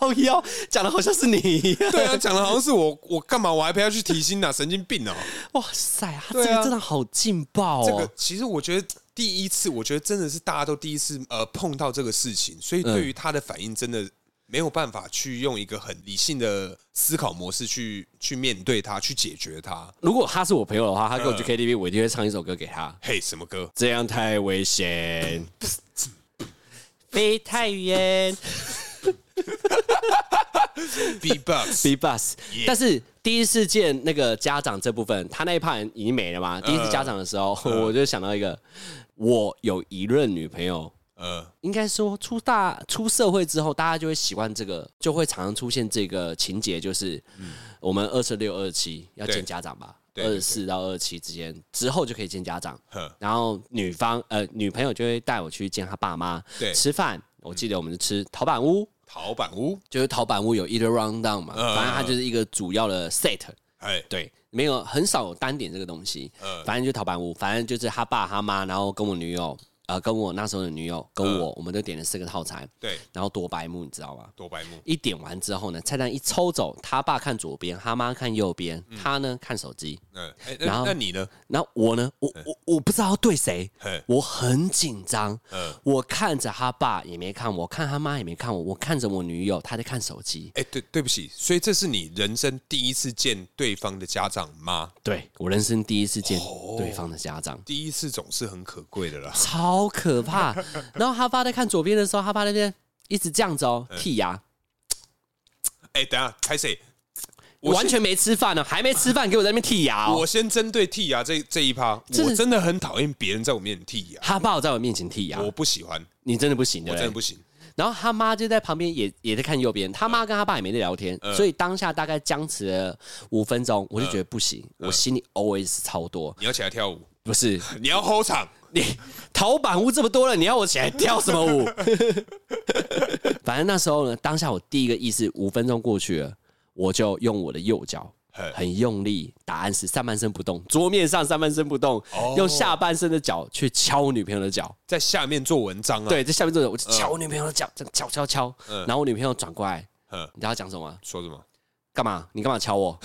S1: 哦哟，讲的好像是你一样。
S2: 对啊，讲的好像是我，我干嘛？我还陪他去提亲呢、神经病哦、
S1: 哇塞，他这
S2: 对啊
S1: 个真的好劲爆
S2: 这个
S1: 哦！
S2: 其实我觉得第一次，我觉得真的是大家都第一次呃碰到这个事情，所以
S1: 嗯
S2: 对于他的反应真的没有办法去用一个很理性的思考模式去去面对他，去解决他。
S1: 如果他是我朋友的话，他跟我去 KTV，我一定会唱一首歌给他。
S2: 嘿，什么歌？
S1: 这样太危险。飞太远
S2: B box，
S1: ，B bus。但是第一次见那个家长这部分，他那一 part 已经没了
S2: 呃
S1: 嘛。第一次家长的时候，我就想到一个，我有一任女朋友，
S2: 呃，
S1: 应该说出大出社会之后，大家就会习惯这个，就会常常出现这个情节，就是、我们二十六、二七要
S2: 嗯对
S1: 见家长吧，
S2: 对
S1: 二
S2: 对对
S1: 十四到二七之间之后就可以见家长
S2: 呵，
S1: 然后女方呃女朋友就会带我去见她爸妈，
S2: 对
S1: 吃饭，我记得我们是吃陶板屋。
S2: 陶板屋，
S1: 就是陶板屋有 either round down 嘛，
S2: 嗯
S1: 反正它就是一个主要的 set，
S2: 哎，
S1: 对，没有很少有单点这个东西，
S2: 嗯
S1: 反正就陶板屋，反正就是他爸他妈，然后跟我女友，呃，跟我那时候的女友，跟
S2: 嗯
S1: 我，我们都点了四个套餐，
S2: 对，
S1: 然后多白目，你知道吗？
S2: 多白目，
S1: 一点完之后呢，菜单一抽走，他爸看左边，他妈看右边，他呢看手机，
S2: 嗯，哎，
S1: 然
S2: 那
S1: 后
S2: 那你呢？
S1: 然后我呢，我我我不知道要对谁
S2: 嘿，
S1: 我很紧张
S2: 嗯，
S1: 我看着他爸也没看我，看他妈也没看我，我看着我女友，她在看手机，
S2: 哎，对，对不起，所以这是你人生第一次见对方的家长吗？
S1: 对我人生第一次见
S2: 哦
S1: 对方的家长，
S2: 第一次总是很可贵的啦。
S1: 超可 怕。然后他爸在看左边的时候，他爸那边一直这样子
S2: 嗯
S1: 哦，剔牙，
S2: 哎，等一下，开始，我
S1: 完全没吃饭呢，还没吃饭，给我在那边剔牙哦。
S2: 我先针对剔牙这这一趴，
S1: 真的
S2: 我真的很讨厌别人在我面前剔牙，
S1: 他爸在我面前剔牙，
S2: 我不喜欢，
S1: 你真的不行，对
S2: 我
S1: 不
S2: 真的
S1: 对？
S2: 不行。
S1: 然后他妈就在旁边也也在看右边，他妈跟他爸也没在聊天，
S2: 嗯
S1: 所以当下大概僵持了五分钟，我就觉得不行，
S2: 嗯
S1: 我心里 always 超多，
S2: 你要起来跳舞，
S1: 不是
S2: 你要 hold 场，
S1: 你陶板屋这么多了，你要我起来跳什么舞？ 反正那时候呢，当下我第一个意识，五分钟过去了，我就用我的右脚
S2: 嘿
S1: 很用力，答案是上半身不动，桌面上上半身不动，
S2: 哦
S1: 用下半身的脚去敲我女朋友的脚。
S2: 在下面做文章啊。，
S1: 对，在下面这种，我就敲我女朋友的脚，这样敲敲敲。然后我女朋友转过来，
S2: 嗯，
S1: 你知道她讲什么吗？
S2: 说什么？
S1: 干嘛？你干嘛敲 我？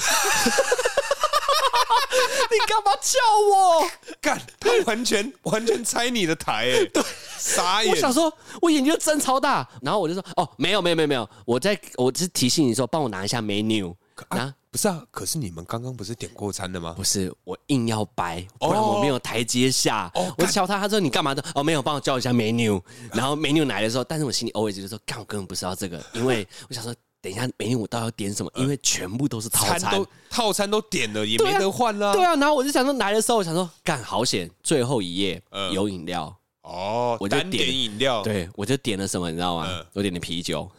S1: 你干嘛敲我？
S2: 干，他完全 完全拆你的台、欸，对，傻眼
S1: 我。想说，我眼睛就睁超大，然后我就说，哦，没有没有没有没有，我在我只是提醒你说，帮我拿一下 menu。啊，
S2: 不是啊，可是你们刚刚不是点过餐的吗？
S1: 不是我硬要掰，不然我没有台阶下。
S2: 哦
S1: 我瞧他，他说你干嘛的？哦，没有，帮我叫一下 menu。然后 menu 来的时候，但是我心里 always 就说，干，我根本不知道这个，因 为我想说，等一下 menu 我到底要点什么？因为全部都是套呃餐。
S2: 都套餐都点了，也没
S1: 啊
S2: 得换啦、
S1: 对啊，然后我就想说来的时候，我想说干好险，最后一页
S2: 嗯
S1: 有饮料，
S2: 哦，
S1: 我就
S2: 单点
S1: 点
S2: 饮料。，
S1: 对我就点了什么，你知道吗
S2: 嗯？
S1: 我点的啤酒，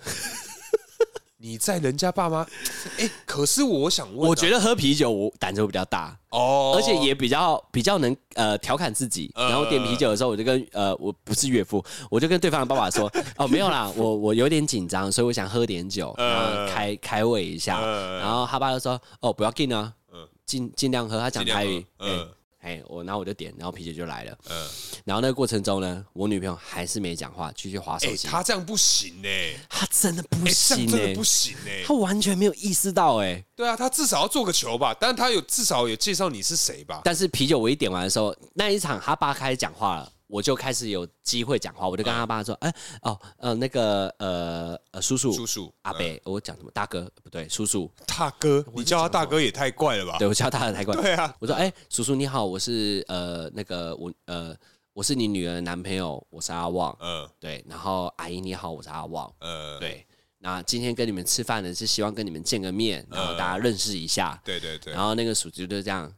S2: 你在人家爸妈， 哎、可是我想问啊、
S1: 我觉得喝啤酒我胆子会比较大，
S2: 哦，
S1: 而且也比较比较能呃调侃自己。
S2: 呃
S1: 然后点啤酒的时候，我就跟呃我不是岳父，我就跟对方的爸爸 说：“哦，没有啦，我我有点紧张，所以我想喝点酒，然后开开胃一下。”
S2: 呃
S1: 然后他爸就说：“哦，不要进啊
S2: 嗯，
S1: 尽尽量喝。”他讲
S2: 尽量
S1: 台
S2: 喝
S1: 语，哎
S2: 嗯
S1: 哎，我然后我就点，然后啤酒就来了。
S2: 呃，
S1: 然后那个过程中呢，我女朋友还是没讲话，继续划
S2: 哎、
S1: 手机。
S2: 他这样不行呢、欸，
S1: 她真的不
S2: 哎、这
S1: 行
S2: 样真的
S1: 哎
S2: 不，行欸呢、
S1: 她完全没有意识到哎。
S2: 对啊，他至少要做个球吧，但他有至少有介绍你是谁吧？
S1: 但是啤酒我一点完的时候，那一场他爸开始讲话了，我就开始有机会讲话，我就跟他爸说：“哎、哦，呃，那个呃呃，叔叔，
S2: 叔叔
S1: 阿伯，我讲什么？大哥不对，叔叔，
S2: 大哥，你叫他大哥也太怪了吧？
S1: 对我叫他的太快。
S2: 对啊，
S1: 我说：哎、叔叔你好，我是呃那个我呃我是你女儿的男朋友，我是阿旺。
S2: 呃
S1: 对，然后阿姨你好，我是阿旺。
S2: 呃，
S1: 对，那今天跟你们吃饭呢，是希望跟你们见个面，然后大家认识一下。
S2: 对对对
S1: 然，后那个叔叔就这样，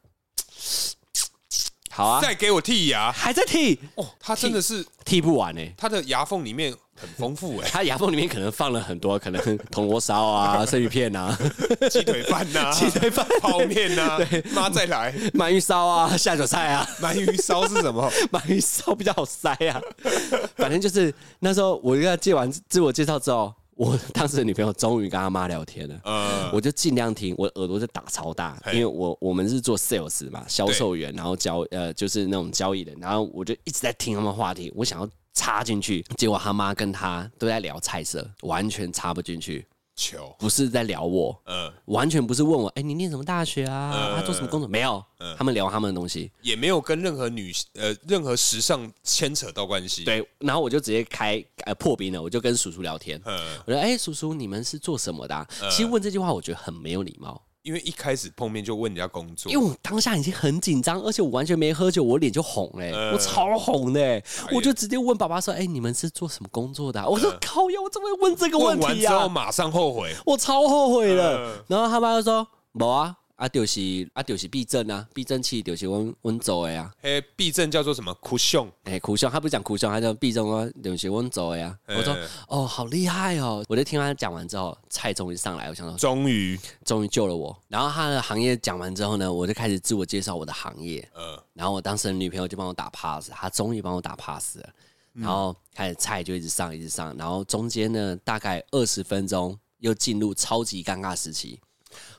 S1: 好啊，
S2: 再给我剔牙
S1: 还在剃。”
S2: 哦，他真的是
S1: 剃不完呢、欸
S2: 他的牙缝里面很丰富 哎、
S1: 他牙缝里面可能放了很多，可能铜锣烧啊、生鱼片啊、
S2: 鸡腿饭呐、
S1: 鸡腿饭
S2: 泡面呐、妈再来，
S1: 鳗鱼烧啊、下酒菜啊、
S2: 鳗鱼烧是什么？
S1: 鳗鱼烧比较好塞啊。反正就是那时候我跟他借完自我介绍之后，我当时的女朋友终于跟他妈聊天了。
S2: 呃，
S1: 我就尽量听，我耳朵就打超大，因为我我们是做 sales 嘛，销售员，然后交呃就是那种交易人，然后我就一直在听他们话题，我想要插进去，结果他妈跟他都在聊菜色，完全插不进去，
S2: 球，
S1: 不是在聊我，
S2: 呃，
S1: 完全不是问我，哎、你念什么大学啊？啊，做什么工作？没有，
S2: 呃
S1: 他们聊他们的东西。
S2: 也没有跟任何女呃任何时尚牵扯到关系。，
S1: 对，然后我就直接开呃破冰了，我就跟叔叔聊天。
S2: 呃，
S1: 我说：“哎、叔叔，你们是做什么的啊、其实问这句话，我觉得很没有礼貌。
S2: 因为一开始碰面就问人家工作
S1: 因，为我当下已经很紧张，而且我完全没喝酒，我脸就红嘞、
S2: 呃
S1: 我超红嘞、
S2: 眼
S1: 我就直接问爸爸说：“哎、你们是做什么工作的啊、我说：“靠呀，我怎么会问这个
S2: 呃问
S1: 问
S2: 完
S1: 题
S2: 之后
S1: 啊？
S2: 马上后悔，
S1: 我超后悔了。
S2: 呃
S1: 然后他爸就说：“没啊，啊就是啊就是避震啊，避震器就是温温走的呀、啊。”
S2: 哎，避震叫做什么？酷胸，
S1: 哎、苦胸，他不是讲苦胸，他叫避震啊，就是温走的呀、啊。我说
S2: 呃：“
S1: 哦，好厉害哦！”我就听他讲完之后，菜终于上来，我想说
S2: 终于，
S1: 终于救了我。然后他的行业讲完之后呢，我就开始自我介绍我的行业。
S2: 呃，
S1: 然后我当时的女朋友就帮我打 pass，她终于帮我打 pass 了。然后开始菜就一直上，一直上，然后中间呢大概二十分钟又进入超级尴尬时期，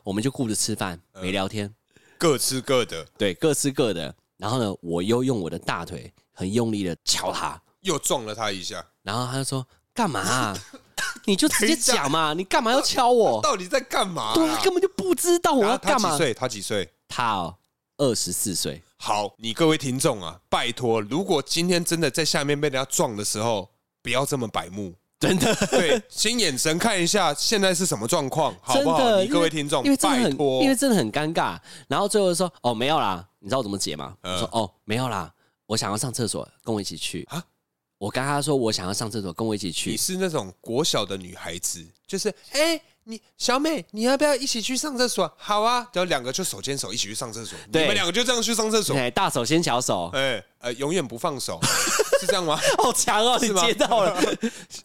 S1: 我们就顾着吃饭没聊天，
S2: 各吃各的，
S1: 对，各吃各的。然后呢，我又用我的大腿很用力的敲他，
S2: 又撞了他一下，
S1: 然后他就说干嘛啊、 你就直接讲嘛，你干嘛要敲我？
S2: 到底在干嘛啊？
S1: 对，他根本就不知道我要
S2: 他他
S1: 干
S2: 几
S1: 嘛。
S2: 岁？他几岁？
S1: 他哦，二十四岁，
S2: 好，你各位听众啊，拜托，如果今天真的在下面被人家撞的时候，不要这么白目。
S1: 真的。
S2: 对，先眼神看一下现在是什么状况，好
S1: 真
S2: 不
S1: 的，
S2: 好？你
S1: 因为
S2: 各位听众
S1: 因为，真的
S2: 拜
S1: 很，
S2: 托
S1: 因，为真的很尴尬。然后最后就说：“哦，没有啦，你知道我怎么解吗？”
S2: 嗯
S1: 我说：“哦，没有啦，我想要上厕所，跟我一起去。”
S2: 啊
S1: 我跟他说我想要上厕所，跟我一起去
S2: 你。是那种国小的女孩子，就是哎、你小美，你要不要一起去上厕所？好啊，然后两个就手牵手一起去上厕所，你
S1: 对
S2: 们两个就这样去上厕所，
S1: 对，大手牵小手，
S2: 哎、呃，永远不 放手，是这样吗？
S1: 好强哦！你
S2: 是吗
S1: 接到了， 啊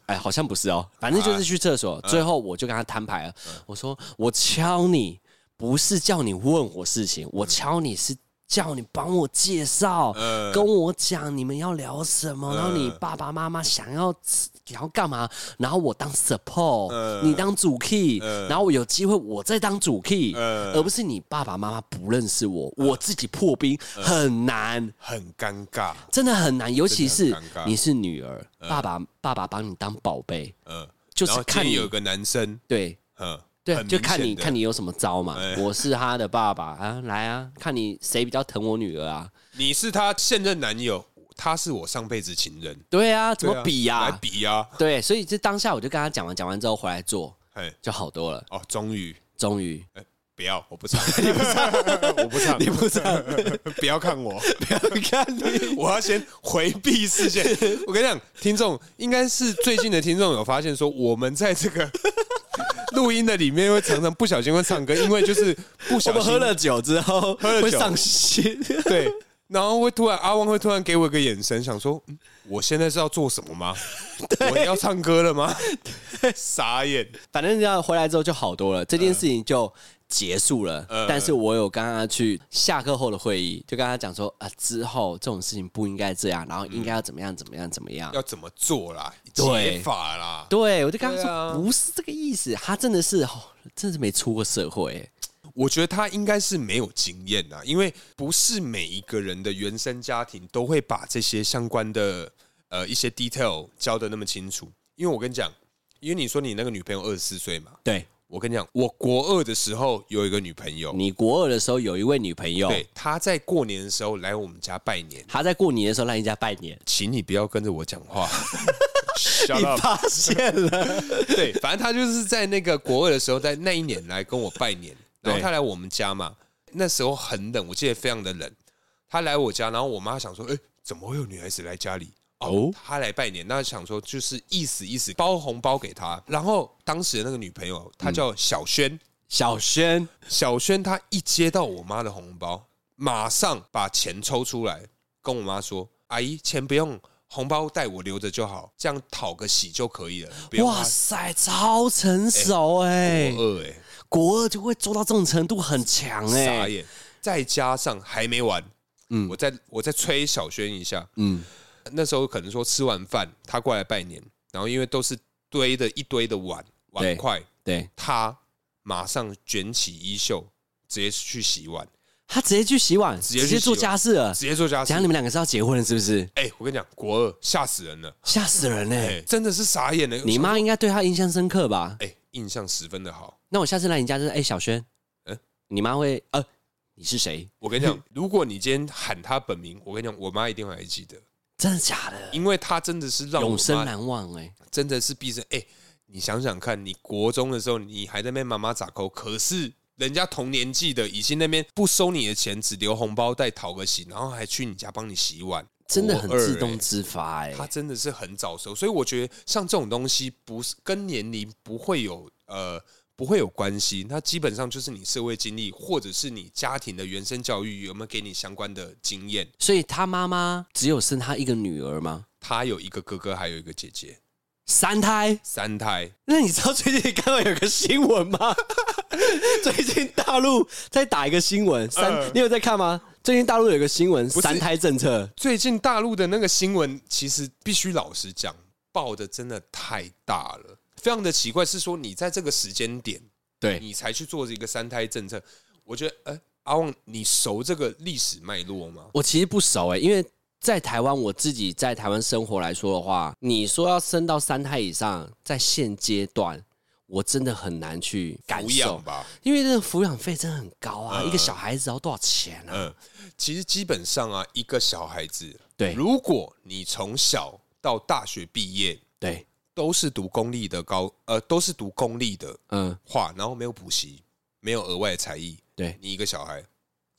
S1: 哎，好像不是哦，反正就是去厕所。最后我就跟他摊牌了，我说我敲你不是叫你问我事情，我敲你是叫你帮我介绍，
S2: 呃
S1: 跟我讲你们要聊什么，然后你
S2: 嗯
S1: 爸爸妈妈想要想要干嘛，然后我当 support，、
S2: 嗯
S1: 你当主 key，、
S2: 嗯
S1: 然后我有机会我再当主 key，、
S2: 嗯
S1: 而不是你爸爸妈妈不认识我，我自己破冰、很难，
S2: 很尴尬，
S1: 真的很难，尤其
S2: 真
S1: 是
S2: 的很尴尬
S1: 你是女儿，爸爸爸爸把你当宝贝，
S2: 嗯、呃，
S1: 就是
S2: 然后
S1: 看
S2: 今
S1: 你
S2: 天有个男生，
S1: 对。
S2: 嗯、
S1: 对，
S2: 很
S1: 就
S2: 明
S1: 看
S2: 显
S1: 你
S2: 的
S1: 看你有什么招嘛
S2: 哎。
S1: 我是他的爸爸啊，来啊，看你谁比较疼我女儿啊？
S2: 你是他现任男友，他是我上辈子情人，
S1: 对啊，怎
S2: 对
S1: 么比呀、
S2: 来比呀、啊！
S1: 对，所以这当下我就跟他讲完，讲完之后回来做
S2: 哎，
S1: 就好多了。
S2: 哦，终于
S1: 终于，
S2: 哎不要，我 不唱，你不唱， 我不唱，
S1: 你不知道，
S2: 不要看我，
S1: 不要 看你，
S2: 我要先回避 视线。我跟你讲，听众应该是最近的听众有发现说，我们在 这个录音的里面会常常不小心会唱歌，因为就是不
S1: 我
S2: 小
S1: 们
S2: 心
S1: 喝了酒之后
S2: 喝了酒
S1: 会上心。
S2: 对，然后会突然阿旺会突然给我一个眼神，想说、嗯我现在是要做什么吗？我要唱歌了吗？傻眼，
S1: 反正这样回来之后就好多了，这件事情就结束了。
S2: 呃
S1: 但是我有跟他去下课后的会议，就跟他讲说啊，之后这种事情不应该这样，然后应该要怎么样怎么样怎么样。
S2: 要怎么做啦？
S1: 对
S2: 解法啦。
S1: 对，我就跟他
S2: 对
S1: 说、
S2: 啊
S1: 不是这个意思，他真的是，哦、真的是没出过社会、欸
S2: 我觉得他应该是没有经验啊，因为不是每一个人的原生家庭都会把这些相关的呃一些 detail 教的那么清楚。因为我跟你讲，因为你说你那个女朋友二十四岁嘛，
S1: 对
S2: 我跟你讲，我国二的时候有一个女朋友，
S1: 你哦国二的时候有一位女朋友，
S2: 对，她在过年的时候来我们家拜年，
S1: 她在过年的时候来你家拜年，
S2: 请你不要跟着我讲话。
S1: 你
S2: Shut up！
S1: 发现了？
S2: 对，反正他就是在那个国二的时候，在那一年来跟我拜年，然后
S1: 对
S2: 他来我们家嘛，那时候很冷，我记得非常的冷。他来我家，然后我妈想说，哎、怎么会有女孩子来家里？ 哦
S1: 哦，
S2: 他来拜年，那想说就是意思意思，包红包给他。然后当时的那个女朋友，
S1: 嗯
S2: 她叫小轩，
S1: 小轩，
S2: 小轩她一接到我妈的红包，马上把钱抽出来，跟我妈说：“阿姨，钱不用，红包袋我留着就好，这样讨个喜就可以了。”不用
S1: 哇
S2: 花
S1: 塞，超成熟哎、
S2: 我饿哎。
S1: 国二就会做到这种程度，很强哎、
S2: 傻眼。再加上还没完，嗯，我再我再催小轩一下，
S1: 嗯，
S2: 那时候可能说吃完饭他过来拜年，然后因为都是堆的一堆的碗碗
S1: 对
S2: 筷，
S1: 对
S2: 他马上卷起衣袖，直接去洗碗，
S1: 他直接去洗碗，
S2: 接去
S1: 直
S2: 洗碗
S1: 接做家事了。
S2: 直接做家事
S1: 讲。你们两个是要结婚了是不是？
S2: 哎、我跟你讲，国二吓死人了，
S1: 吓死人哎、
S2: 哎、真的是傻眼了。
S1: 你妈应该对他印象深刻吧？
S2: 哎、印象十分的好。
S1: 那我下次来你家就是哎、小轩，
S2: 嗯
S1: 你妈会呃你是谁？
S2: 我跟你
S1: 嗯
S2: 讲，如果你今天喊他本名，我跟你讲，我妈一定还记得，
S1: 真的假的？
S2: 因为他真的欸是让我
S1: 永生
S2: 妈
S1: 难忘哎、
S2: 真的是毕生哎、你想想看，你国中的时候，你还在被妈妈打扣，可是人家同年纪的已经那边不收你的钱，只留红包袋讨个喜，然后还去你家帮你洗碗，
S1: 真的很
S2: 国二
S1: 自
S2: 欸
S1: 动自发哎、
S2: 他真的是很早熟，所以我觉得像这种东西不是跟年龄不会有呃不会有关系，它基本上就是你社会经历或者是你家庭的原生教育有没有给你相关的经验。
S1: 所以他妈妈只有生他一个女儿吗？
S2: 他有一个哥哥，还有一个姐姐，
S1: 三胎？
S2: 三胎。
S1: 那你知道最近刚刚有个新闻 吗？最近大陆在打一个新闻，三、
S2: 嗯
S1: 你有在看吗？最近大陆有个新闻，
S2: 是
S1: 三胎政策，
S2: 最近大陆的那个新闻，其实必须老实讲，报的真的太大了，非常的奇怪。是说你在这个时间点，
S1: 对，
S2: 你才去做一个三胎政策，我觉得，呃，阿旺，你熟这个历史脉络吗？
S1: 我其实不熟哎、因为在台湾，我自己在台湾生活来说的话，你说要生到三胎以上，在现阶段，我真的很难去感
S2: 抚
S1: 受
S2: 养，吧，
S1: 因为那个抚养费真的很高啊，
S2: 嗯
S1: 一个小孩子要多少钱啊？
S2: 嗯，其实基本上啊，一个小孩子，
S1: 对
S2: 如果你从小到大学毕业
S1: 对，
S2: 都是读公立的高，呃，都是读公立的
S1: 嗯，
S2: 话，然后没有补习，没有额外的才艺，
S1: 对，
S2: 你一个小孩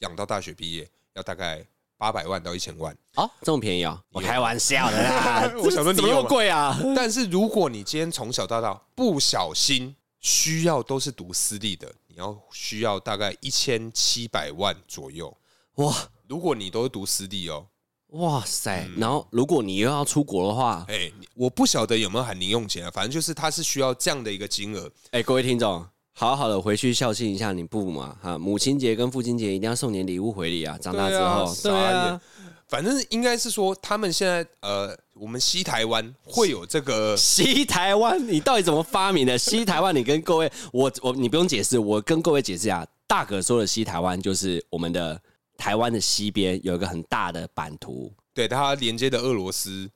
S2: 养到大学毕业，要大概八百万到一千万。，
S1: 哦，这么便宜哦，我开玩笑的啦
S2: 我想说你
S1: 怎么那
S2: 有
S1: 么
S2: 吗
S1: 贵 啊？
S2: 但是如果你今天从小到大不小心需要都是读私立的，你要需要大概一千七百万左右。
S1: 哇
S2: 如果你都是读私立哦，
S1: 哇塞！
S2: 嗯
S1: 然后如果你又要出国的话，
S2: 哎、你我不晓得有没有含零用钱啊，反正就是它是需要这样的一个金额。
S1: 哎、各位听众，好好的回去孝敬一下你父母啊！哈，母亲节跟父亲节一定要送点礼物回礼啊！长大之后，
S2: 对啊傻眼反正应该是说，他们现在呃，我们西台湾会有这个
S1: 西台湾，你到底怎么发明的？西台湾，你跟各位，我我你不用解释，我跟各位解释一下，大哥说的西台湾就是我们的台湾的西边有一个很大的版图，
S2: 对它连接的俄罗斯，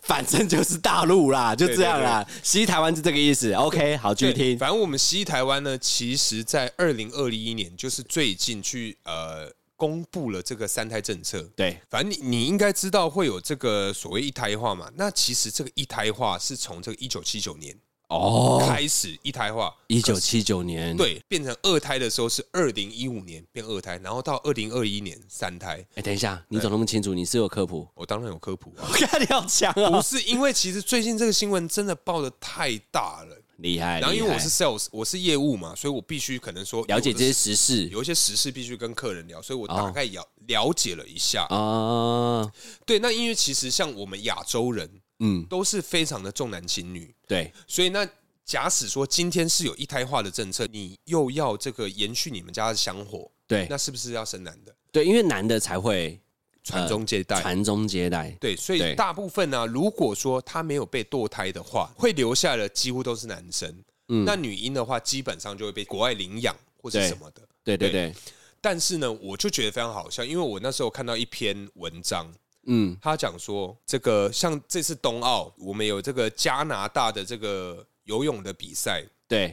S1: 反正就是大陆啦，就这样啦。西台湾是这个意思。OK，好，继续
S2: 对
S1: 听。
S2: 反正我们西台湾呢，其实在二零二一年，就是最近去呃公布了这个三胎政策。
S1: 对，
S2: 反正你你应该知道会有这个所谓一胎化嘛？那其实这个一胎化是从这个一九七九年
S1: 哦，
S2: 开始一胎化，
S1: 一九七九年，，
S2: 对，变成二胎的时候是二零一五年变二胎，然后到二零二一年三胎。
S1: 哎、等一下，你怎么那么清楚？你是有科普？
S2: 我当然有科 普啊，
S1: 我看你好强
S2: 不
S1: 哦，
S2: 是因为其实最近这个新闻真的报的太大了，
S1: 厉害！
S2: 然后因
S1: 厉
S2: 为
S1: 害
S2: 我是 sales，我是业务嘛，所以我必须可能说
S1: 了解
S2: 有
S1: 这些
S2: 的
S1: 时
S2: 时
S1: 事哦
S2: 有一些时事必须跟客人聊，所以我大概了了解了一下。
S1: 啊、
S2: 对，那因为其实像我们亚洲人
S1: 嗯，
S2: 都是非常的重男轻女，
S1: 对，
S2: 所以那假使说今天是有一胎化的政策，你又要这个延续你们家的香火，
S1: 对
S2: 那，是不是要生男的
S1: 对，因为男的才会
S2: 传宗接代？
S1: 传宗接代，
S2: 对，所
S1: 对
S2: 以大部分呢、啊如果说他没有被堕胎的话，会留下的几乎都是男生。
S1: 嗯
S2: 那女婴的话，基本上就会被国外领养或是
S1: 对
S2: 什么的。
S1: 对对对
S2: 对，但是呢，我就觉得非常好笑，因为我那时候看到一篇文章，
S1: 嗯，
S2: 他讲说这个像这次冬奥，我们有这个加拿大的这个游泳的比赛，
S1: 对，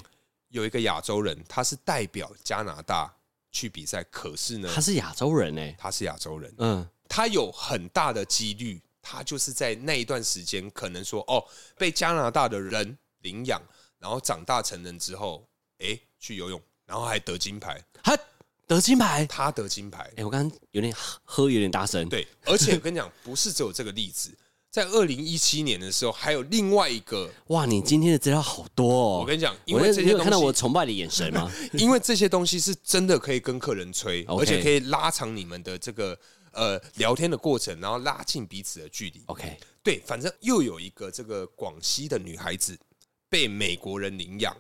S2: 有一个亚洲人，他是代表加拿大去比赛，可是呢，
S1: 他是亚洲人哎、
S2: 他是亚洲人，
S1: 嗯，
S2: 他有很大的几率，他就是在那一段时间，可能说哦，被加拿大的人领养，然后长大成人之后，诶，去游泳，然后还得金牌，
S1: 他得金牌，
S2: 他得金牌
S1: 哎、，我刚刚有点喝有点大声，，
S2: 对，而且我跟你讲，不是只有这个例子，在二零一七年的时候，还有另外一个，
S1: 哇，你今天的资料好多哦，
S2: 我跟你讲，因
S1: 我
S2: 为
S1: 那
S2: 这
S1: 你
S2: 些
S1: 有
S2: 东
S1: 看到我
S2: 西，
S1: 崇拜的眼神 吗？
S2: 因为这些东西是真的可以跟客人吹，
S1: OK
S2: 而且可以拉长你们的这个呃聊天的过程，然后拉近彼此的距离。
S1: OK，
S2: 对，反正又有一个这个广西的女孩子被美国人领养，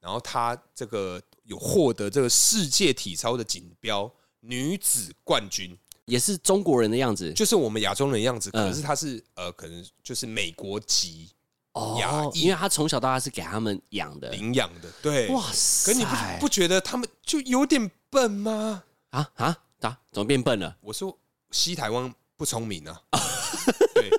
S2: 然后她这个有获得这个世界体操的锦标女子冠军，
S1: 也是中国人的样子
S2: 就是我们亚洲人的样子，
S1: 嗯
S2: 可是她是呃，可能就是美国籍亚
S1: 哦，
S2: 裔
S1: 因为他从小到大是给他们养的，
S2: 领养的，对，
S1: 哇塞，
S2: 可你不不觉得他们就有点笨吗？
S1: 啊啊啊，怎么变笨 了？
S2: 我说西台湾不聪明 啊，对，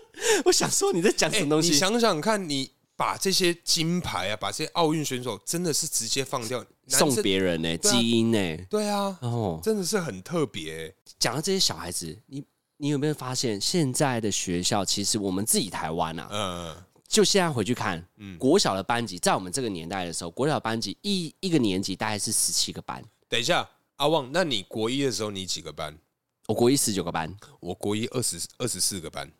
S1: 我想说你在讲
S2: 哎、
S1: 什么东西？
S2: 你想想看，你把这些金牌啊，把这些奥运选手真的是直接放掉，男
S1: 送
S2: 生
S1: 别人呢、欸
S2: 对啊
S1: 基因呢、
S2: 对啊，
S1: 哦，
S2: 真的是很特别欸、
S1: 讲到这些小孩子，你你有没有发现现在的学校，其实我们自己台湾啊，
S2: 嗯，
S1: 就现在回去看，
S2: 嗯
S1: 国小的班级，在我们这个年代的时候，国小班级一一个年级大概是十七个班，
S2: 等一下，阿旺，那你国一的时候你几个班？
S1: 我国一十九个班，
S2: 我国一二十二十四个班，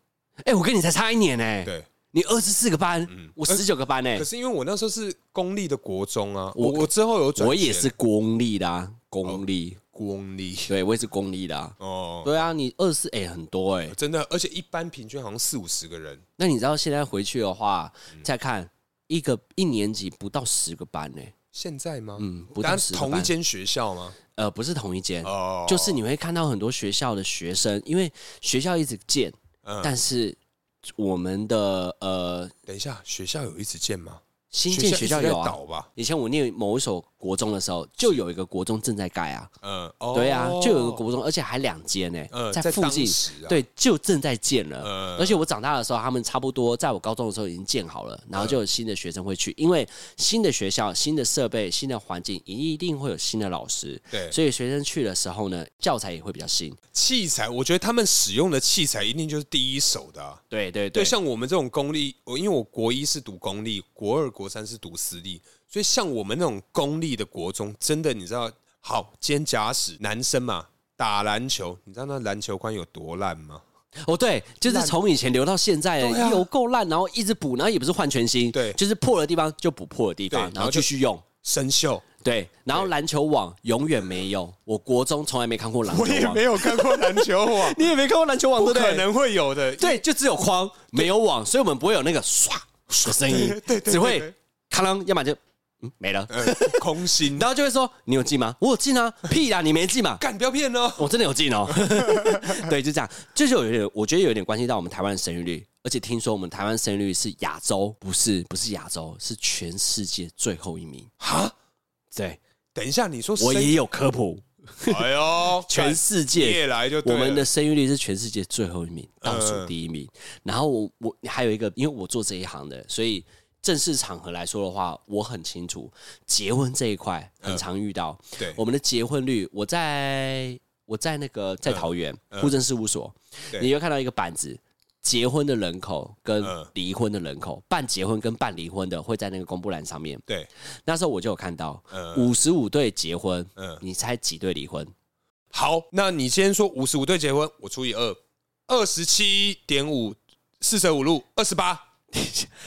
S1: 哎、我跟你才差一年呢、
S2: 对。嗯
S1: 你二十四个班，我十九个班呢、
S2: 可是因为我那时候是公立的国中啊，
S1: 哎我
S2: 我我之后有转，
S1: 我也是公立的、啊，公立，
S2: 公立
S1: 对我也是公立的、啊。
S2: 哦，
S1: 对啊，你二十哎、很多哎、
S2: 真的，而且一般平均好像四五十个人，
S1: 那你知道现在回去的话，
S2: 嗯
S1: 再看一个一年级不到十个班呢、
S2: 现在吗？
S1: 嗯，不到
S2: 但
S1: 十个
S2: 同一
S1: 班，
S2: 间学校吗？
S1: 呃，不是同一间，
S2: 哦，
S1: 就是你会看到很多学校的学生，因为学校一直建，
S2: 嗯
S1: 但是我们的呃
S2: 等一下，学校有一直建吗？
S1: 新建学校
S2: 一直在
S1: 有啊。
S2: 倒吧？
S1: 以前我念某一所国中的时候，就有一个国中正在盖啊，
S2: 嗯，哦
S1: 对啊，就有一个国中，而且还两间呢，
S2: 嗯
S1: 在
S2: 在
S1: 附近
S2: 当时，啊
S1: 对，就正在建了。
S2: 嗯
S1: 而且我长大的时候，他们差不多在我高中的时候已经建好了，然后就有新的学生会去，因为新的学校、新的设备、新的环境，一定会有新的老师，
S2: 对
S1: 所以学生去的时候呢，教材也会比较新。
S2: 器材，我觉得他们使用的器材一定就是第一手的、啊。
S1: 对对
S2: 对，
S1: 对，
S2: 像我们这种公立，我因为我国一是读公立，国二、国三是读私立，所以像我们那种公立的国中，真的你知道，好，今天假使男生嘛打篮球，你知道那篮球馆有多烂吗？
S1: 哦对，就是从以前留到现在，
S2: 对啊
S1: 有够烂，然后一直补，然后也不是换全新，
S2: 对
S1: 就是破的地方就补破的地
S2: 对
S1: 方，然
S2: 然
S1: 后
S2: 后
S1: 继
S2: 就
S1: 续用。
S2: 生锈，
S1: 对，然后
S2: 对
S1: 篮球网永远没有，我国中从来没看过篮球
S2: 我也
S1: 网，
S2: 没，有看过篮球网
S1: 你也没看过篮球网，
S2: 不
S1: 对不
S2: 可
S1: 对？
S2: 能会有的。
S1: 对，就只有框没有网，所以我们不会有那个唰的声音，
S2: 对对对
S1: 只
S2: 对
S1: 会
S2: 对
S1: 咔啷，要么就嗯没了，
S2: 呃，空心，
S1: 然后就会说你有进吗？我有进啊，屁啦，你没进嘛。
S2: 干不要骗哦。
S1: 我真的有进 哦，对，就这样，就是有点，我觉得有点关系到我们台湾的生育率，而且听说我们台湾生育率是亚洲，不是不是亚洲，是全世界最后一名。
S2: 哈，
S1: 对
S2: 等一下，你说
S1: 我
S2: 生
S1: 也有科普，
S2: 哎呦，
S1: 全世界
S2: 越来就对呃
S1: 我
S2: 了
S1: 们的生育率是全世界最后一名，倒数第一名。然后我我还有一个，因为我做这一行的，所以正式场合来说的话，我很清楚结婚这一块
S2: 嗯
S1: 很常遇到。
S2: 对
S1: 我们的结婚率，我在我在那个在桃园户政事务所，
S2: 嗯对
S1: 你会看到一个板子。结婚的人口跟
S2: 嗯
S1: 离婚的人口，办结婚跟办离婚的会在那个公布栏上面。
S2: 对，
S1: 那时候我就有看到，
S2: 嗯
S1: 五十五对结婚，
S2: 嗯，
S1: 你猜几对离婚？
S2: 好，那你先说五十五对结婚，我除以二，二十七点五，四舍五入二十八，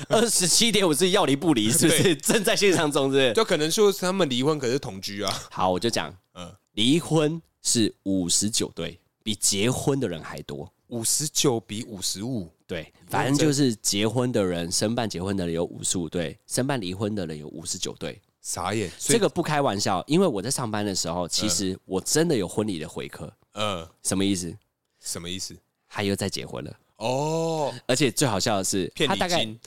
S1: 二十七点五是要离不离，是不是？正在线上中，是不是？
S2: 就可能就是他们离婚，可是同居啊，
S1: 好，我就讲，
S2: 嗯，
S1: 离婚是五十九对，比结婚的人还多。
S2: 五十九比五十五，
S1: 对，反正就是结婚的人，申办结婚的人有五十五对，申办离婚的人有五十九对。
S2: 傻眼，所
S1: 这
S2: 以
S1: 个不开玩笑，因为我在上班的时候，其实我真的有婚礼的回客。
S2: 呃，
S1: 什么意思？
S2: 什么意思？
S1: 他又在结婚了，
S2: 哦，
S1: 而且最好笑的是，
S2: 骗
S1: 他
S2: 礼
S1: 大概
S2: 金，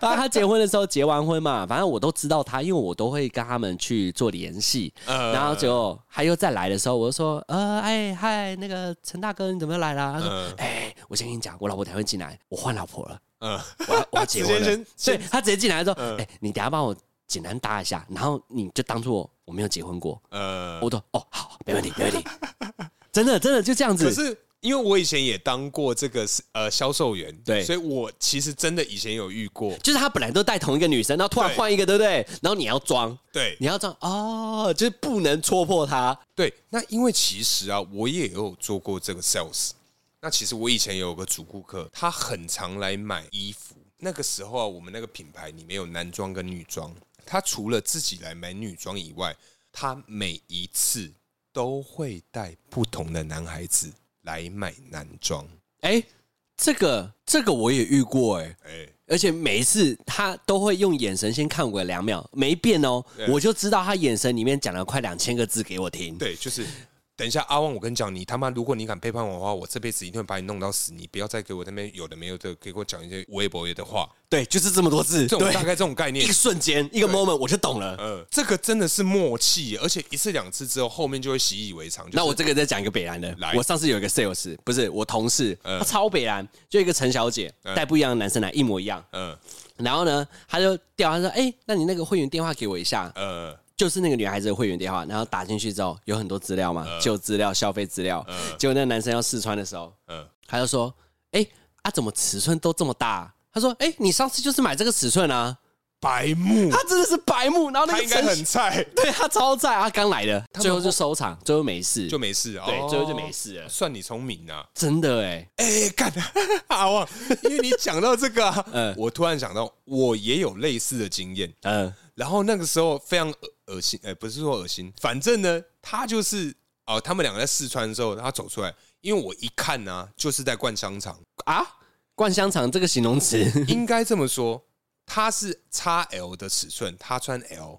S1: 反正他结婚的时候结完婚嘛，反正我都知道他，因为我都会跟他们去做联系。
S2: 呃
S1: 然后结果他又再来的时候，我就说，呃，哎嗨，那个陈大哥，你怎么又来啦？他说，
S2: 嗯
S1: 哎、我先跟你讲，我老婆等下会进来，我换老婆了，
S2: 嗯，
S1: 我要我 要结婚
S2: 直接
S1: 了
S2: 先。
S1: 对他直接进来说，哎、
S2: 嗯
S1: 你等下帮我简单搭一下，然后你就当做我没有结婚过。
S2: 呃，
S1: 我说，哦，好，没问题，没问题。 真的，真的就这样
S2: 可
S1: 子。
S2: 是因为我以前也当过这个呃销售员，
S1: 对
S2: 所以我其实真的以前有遇过，
S1: 就是他本来都带同一个女生，然后突然
S2: 对
S1: 换一个，对不对？然后你要装，
S2: 对
S1: 你要装哦，就是不能戳破他。
S2: 对，那因为其实啊，我也有做过这个 sales。那其实我以前也有个主顾客，他很常来买衣服。那个时候啊，我们那个品牌里面有男装跟女装，他除了自己来买女装以外，他每一次都会带不同的男孩子来买男装。
S1: 哎、这个这个我也遇过哎、
S2: 哎、
S1: 而且每一次他都会用眼神先看我两秒，没变哦，
S2: 对
S1: 我就知道他眼神里面讲了快两千个字给我听。
S2: 对，就是等一下阿旺，我跟你讲，你他妈如果你敢背叛我的话，我这辈子一定会把你弄到死。你不要再给我那边有的没有的，给我讲一些微博的话。
S1: 对，就是这么多字，
S2: 这种大
S1: 对，
S2: 概这种概念
S1: 一个，瞬间，一个 moment 我就懂了。
S2: 呃，这个真的是默契，而且一次两次之后，后面就会习以为常。就是
S1: 那我这个再讲一个北兰的
S2: 来，嗯
S1: 我上次有一个 sales，不是我同事，他超北兰，就一个陈小姐带不一样的男生来，一模一样。
S2: 呃
S1: 然后呢，他就调，他说：“哎、那你那个会员电话给我一下。”
S2: 呃
S1: 就是那个女孩子的会员电话，然后打进去之后有很多资料
S2: 嗯
S1: 嘛，旧资料、消费资料。结果那个男生要试穿的时候，
S2: 呃
S1: 他就说：“哎、啊，怎么尺寸都这么大、他说：“哎、你上次就是买这个尺寸啊。”
S2: 白目，
S1: 他真的是白目，然后啊那
S2: 嗯他
S1: 个
S2: 应该
S1: 程
S2: 很菜，
S1: 对他超在，他刚来的，
S2: 们
S1: 最后就收场，最后没事，
S2: 就没事啊。
S1: 对
S2: 哦，
S1: 最后就没事了。
S2: 算你聪明啊！
S1: 真的哎、
S2: 哎，干阿旺，因为你讲到这个啊，
S1: 嗯
S2: 我突然想到，我也有类似的经验。
S1: 嗯、
S2: 然后那个时候非常恶恶心，哎、不是说恶心，反正呢，他就是哦、他们两个在试穿的时候，他走出来，因为我一看呢、就是在逛商场，
S1: 啊，灌香肠这个形容词
S2: 应该这么说，他是 XL 的尺寸，他穿 L，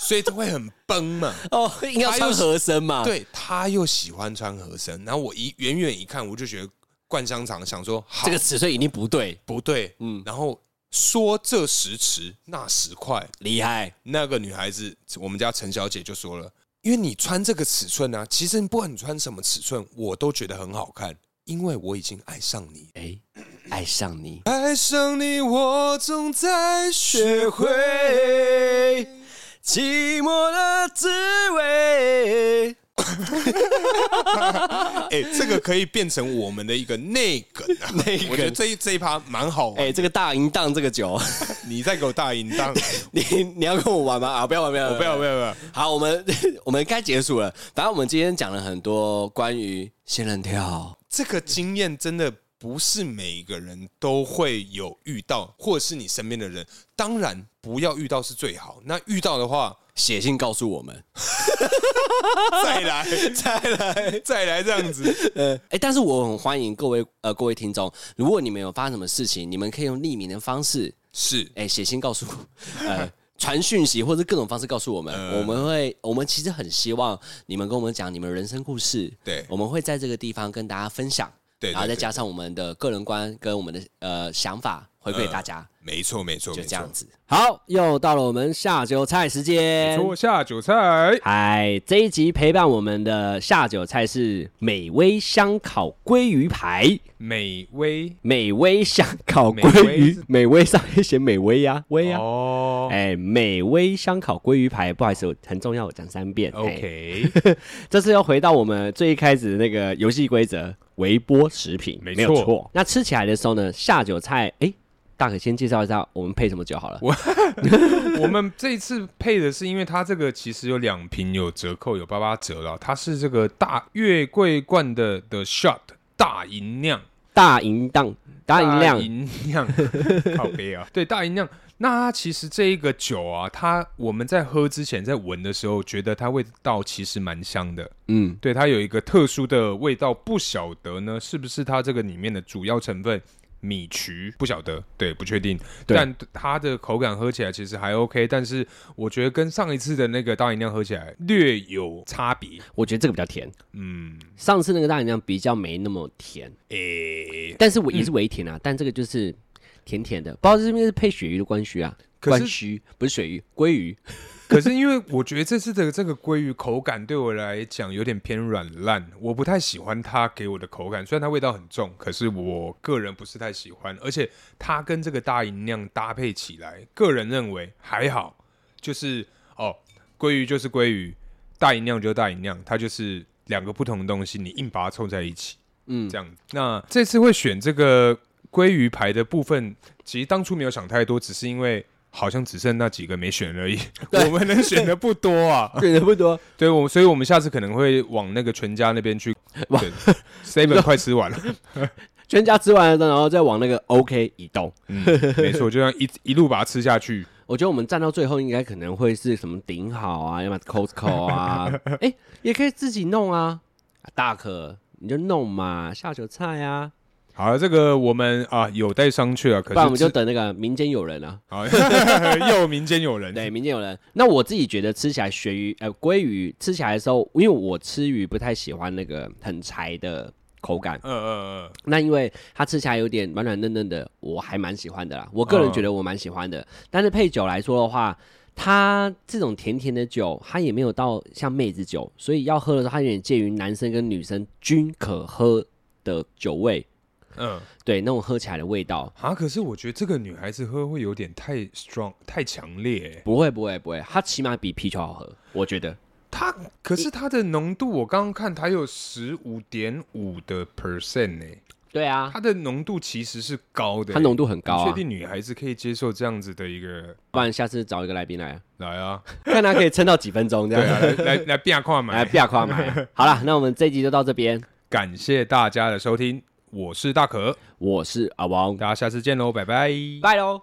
S2: 所以他会很崩 嘛。
S1: 哦，应该要穿合身嘛？，
S2: 对，他又喜欢穿合身，然后我一远远一看，我就觉得逛商场，想说好
S1: 这个尺寸一定不对，
S2: 不对，嗯
S1: 嗯，
S2: 然后说这十迟那十快，
S1: 厉害
S2: 那个女孩子，我们家陈小姐就说了，因为你穿这个尺寸啊，其实不管你穿什么尺寸，我都觉得很好看，因为我已经爱上你。
S1: 哎、爱上你，
S2: 爱上你，我正在学会。
S1: 寂寞的滋味。
S2: 哎、这个可以变成我们的一个内梗啊！内
S1: 梗
S2: 我觉得这一这一趴蛮好玩。
S1: 哎、这个大淫荡这个酒，
S2: 你再给我大淫荡，
S1: 你你要跟我玩吗？啊，不要玩，不要玩，
S2: 不要不要不要！
S1: 好，我们 我们该结束了。反正我们今天讲了很多关于仙人跳，
S2: 这个经验真的不是每一个人都会有遇到，或者是你身边的人。当然，不要遇到是最好。那遇到的话，
S1: 写信告诉我们。
S2: 再来，再来，再来这样子。
S1: 哎、但是我很欢迎各位呃各位听众，如果你们有发生什么事情，你们可以用匿名的方式，
S2: 是，
S1: 哎、写信告诉我， 呃，传讯息或者各种方式告诉我们，
S2: 呃
S1: 我们会，我们其实很希望你们跟我们讲你们人生故事，
S2: 对
S1: 我们会在这个地方跟大家分享，
S2: 对对
S1: 然后再
S2: 对
S1: 加上我们的个人观跟我们的呃想法回馈大家。
S2: 没错，没错，
S1: 就
S2: 呃没
S1: 这样
S2: 错。
S1: 子，好，又到了我们下酒菜时间。
S2: 下酒菜，
S1: 嗨，这一集陪伴我们的下酒菜是美味香烤鲑鱼排。
S2: 美味
S1: 美味香烤
S2: 美
S1: 鲑
S2: 味
S1: 鱼
S2: 是，
S1: 美味上面写美味呀，味呀。
S2: 哦
S1: 哎，美味香烤鲑鱼排，不好意思，我很重要，我讲三遍。哎这次又回到我们最一开始的那个游戏规则，微波食品，
S2: 没
S1: 没有
S2: 错
S1: 错。那吃起来的时候呢，下酒菜，哎，大可先介绍一下我们配什么酒好了。
S3: 我们这一次配的是，因为它这个其实有两瓶有折扣，有八八折了。它是这个大月桂冠的的 shot 大银酿，
S1: 大银档，大银
S3: 大
S1: 量，
S3: 银 酿，靠杯啊，对，大银酿。那它其实这一个酒啊，它我们在喝之前，在闻的时候，觉得它味道其实蛮香的。
S1: 嗯，
S3: 对，它有一个特殊的味道，不晓得呢是不是它这个里面的主要成分米曲，不晓得，对，不确定。
S1: 对
S3: 但它的口感喝起来其实还 OK，但是我觉得跟上一次的那个大饮料喝起来略有差别。
S1: 我觉得这个比较甜。
S3: 嗯，
S1: 上次那个大饮量比较没那么甜，
S3: 诶、
S1: 但是我
S3: 嗯
S1: 也是微甜啊，但这个就是甜甜的，不知道是不是配鳕鱼的关系啊？
S3: 可是
S1: 关须不是鳕鱼，鲑鱼。
S3: 可是因为我觉得这次的这个鲑鱼口感对我来讲有点偏软烂，我不太喜欢它给我的口感。虽然它味道很重，可是我个人不是太喜欢，而且它跟这个大银酿搭配起来，个人认为还好，就是哦，鲑鱼就是鲑鱼，大银酿就是大银酿，它就是两个不同的东西，你硬把它凑在一起，
S1: 嗯
S3: 这样。那这次会选这个鲑鱼排的部分，其实当初没有想太多，只是因为好像只剩那几个没选而已。我们能选的不多啊，
S1: 对，差不多。
S3: 对，我所以我们下次可能会往那个全家那边去。
S1: 哇
S3: 对 ，seven 快吃完了，
S1: 全家吃完了，然后再往那个 OK 移动。
S3: 嗯，没错，就这样一一路把它吃下去。
S1: 我觉得我们站到最后应该可能会是什么顶好啊，要么 Costco 啊，哎、也可以自己弄啊。大可你就弄嘛，下酒菜啊，
S3: 好了，这个我们啊有待商榷啊，可是
S1: 不然我们就
S3: 吃
S1: 等那个民间有人啊。
S3: 好，又有民间有人，
S1: 对，民间有人。那我自己觉得吃起来鳕鱼，呃，鲑鱼吃起来的时候，因为我吃鱼不太喜欢那个很柴的口感，
S3: 嗯，嗯嗯
S1: 那因为它吃起来有点软软嫩嫩的，我还蛮喜欢的啦。我个人觉得我蛮喜欢的，但是配酒来说的话，它这种甜甜的酒，它也没有到像妹子酒，所以要喝的时候，它有点介于男生跟女生均可喝的酒味，
S3: 嗯，
S1: 对那种喝起来的味道。
S3: 啊，可是我觉得这个女孩子喝会有点太 strong 太强烈欸、
S1: 不会不会不会，它起码比啤酒好喝，我觉得。
S3: 它可是它的浓度，我刚刚看它有十五点五的 percent 呢、
S1: 对啊，
S2: 它的浓度其实是高的、
S1: 它浓度很
S2: 你
S1: 高
S2: 确
S1: 啊，
S2: 定女孩子可以接受这样子的一个
S1: 不然下次找一个来宾来啊，
S2: 来啊？
S1: 看他可以撑到几分钟这
S2: 对
S1: 样
S2: 啊，
S1: 子。
S2: 来来来，变跨买
S1: 来，不要夸买。好了，那我们这一集就到这边。
S2: 感谢大家的收听，我是大可，
S1: 我是阿王，
S2: 大家下次见喽，拜拜。
S1: 拜喽。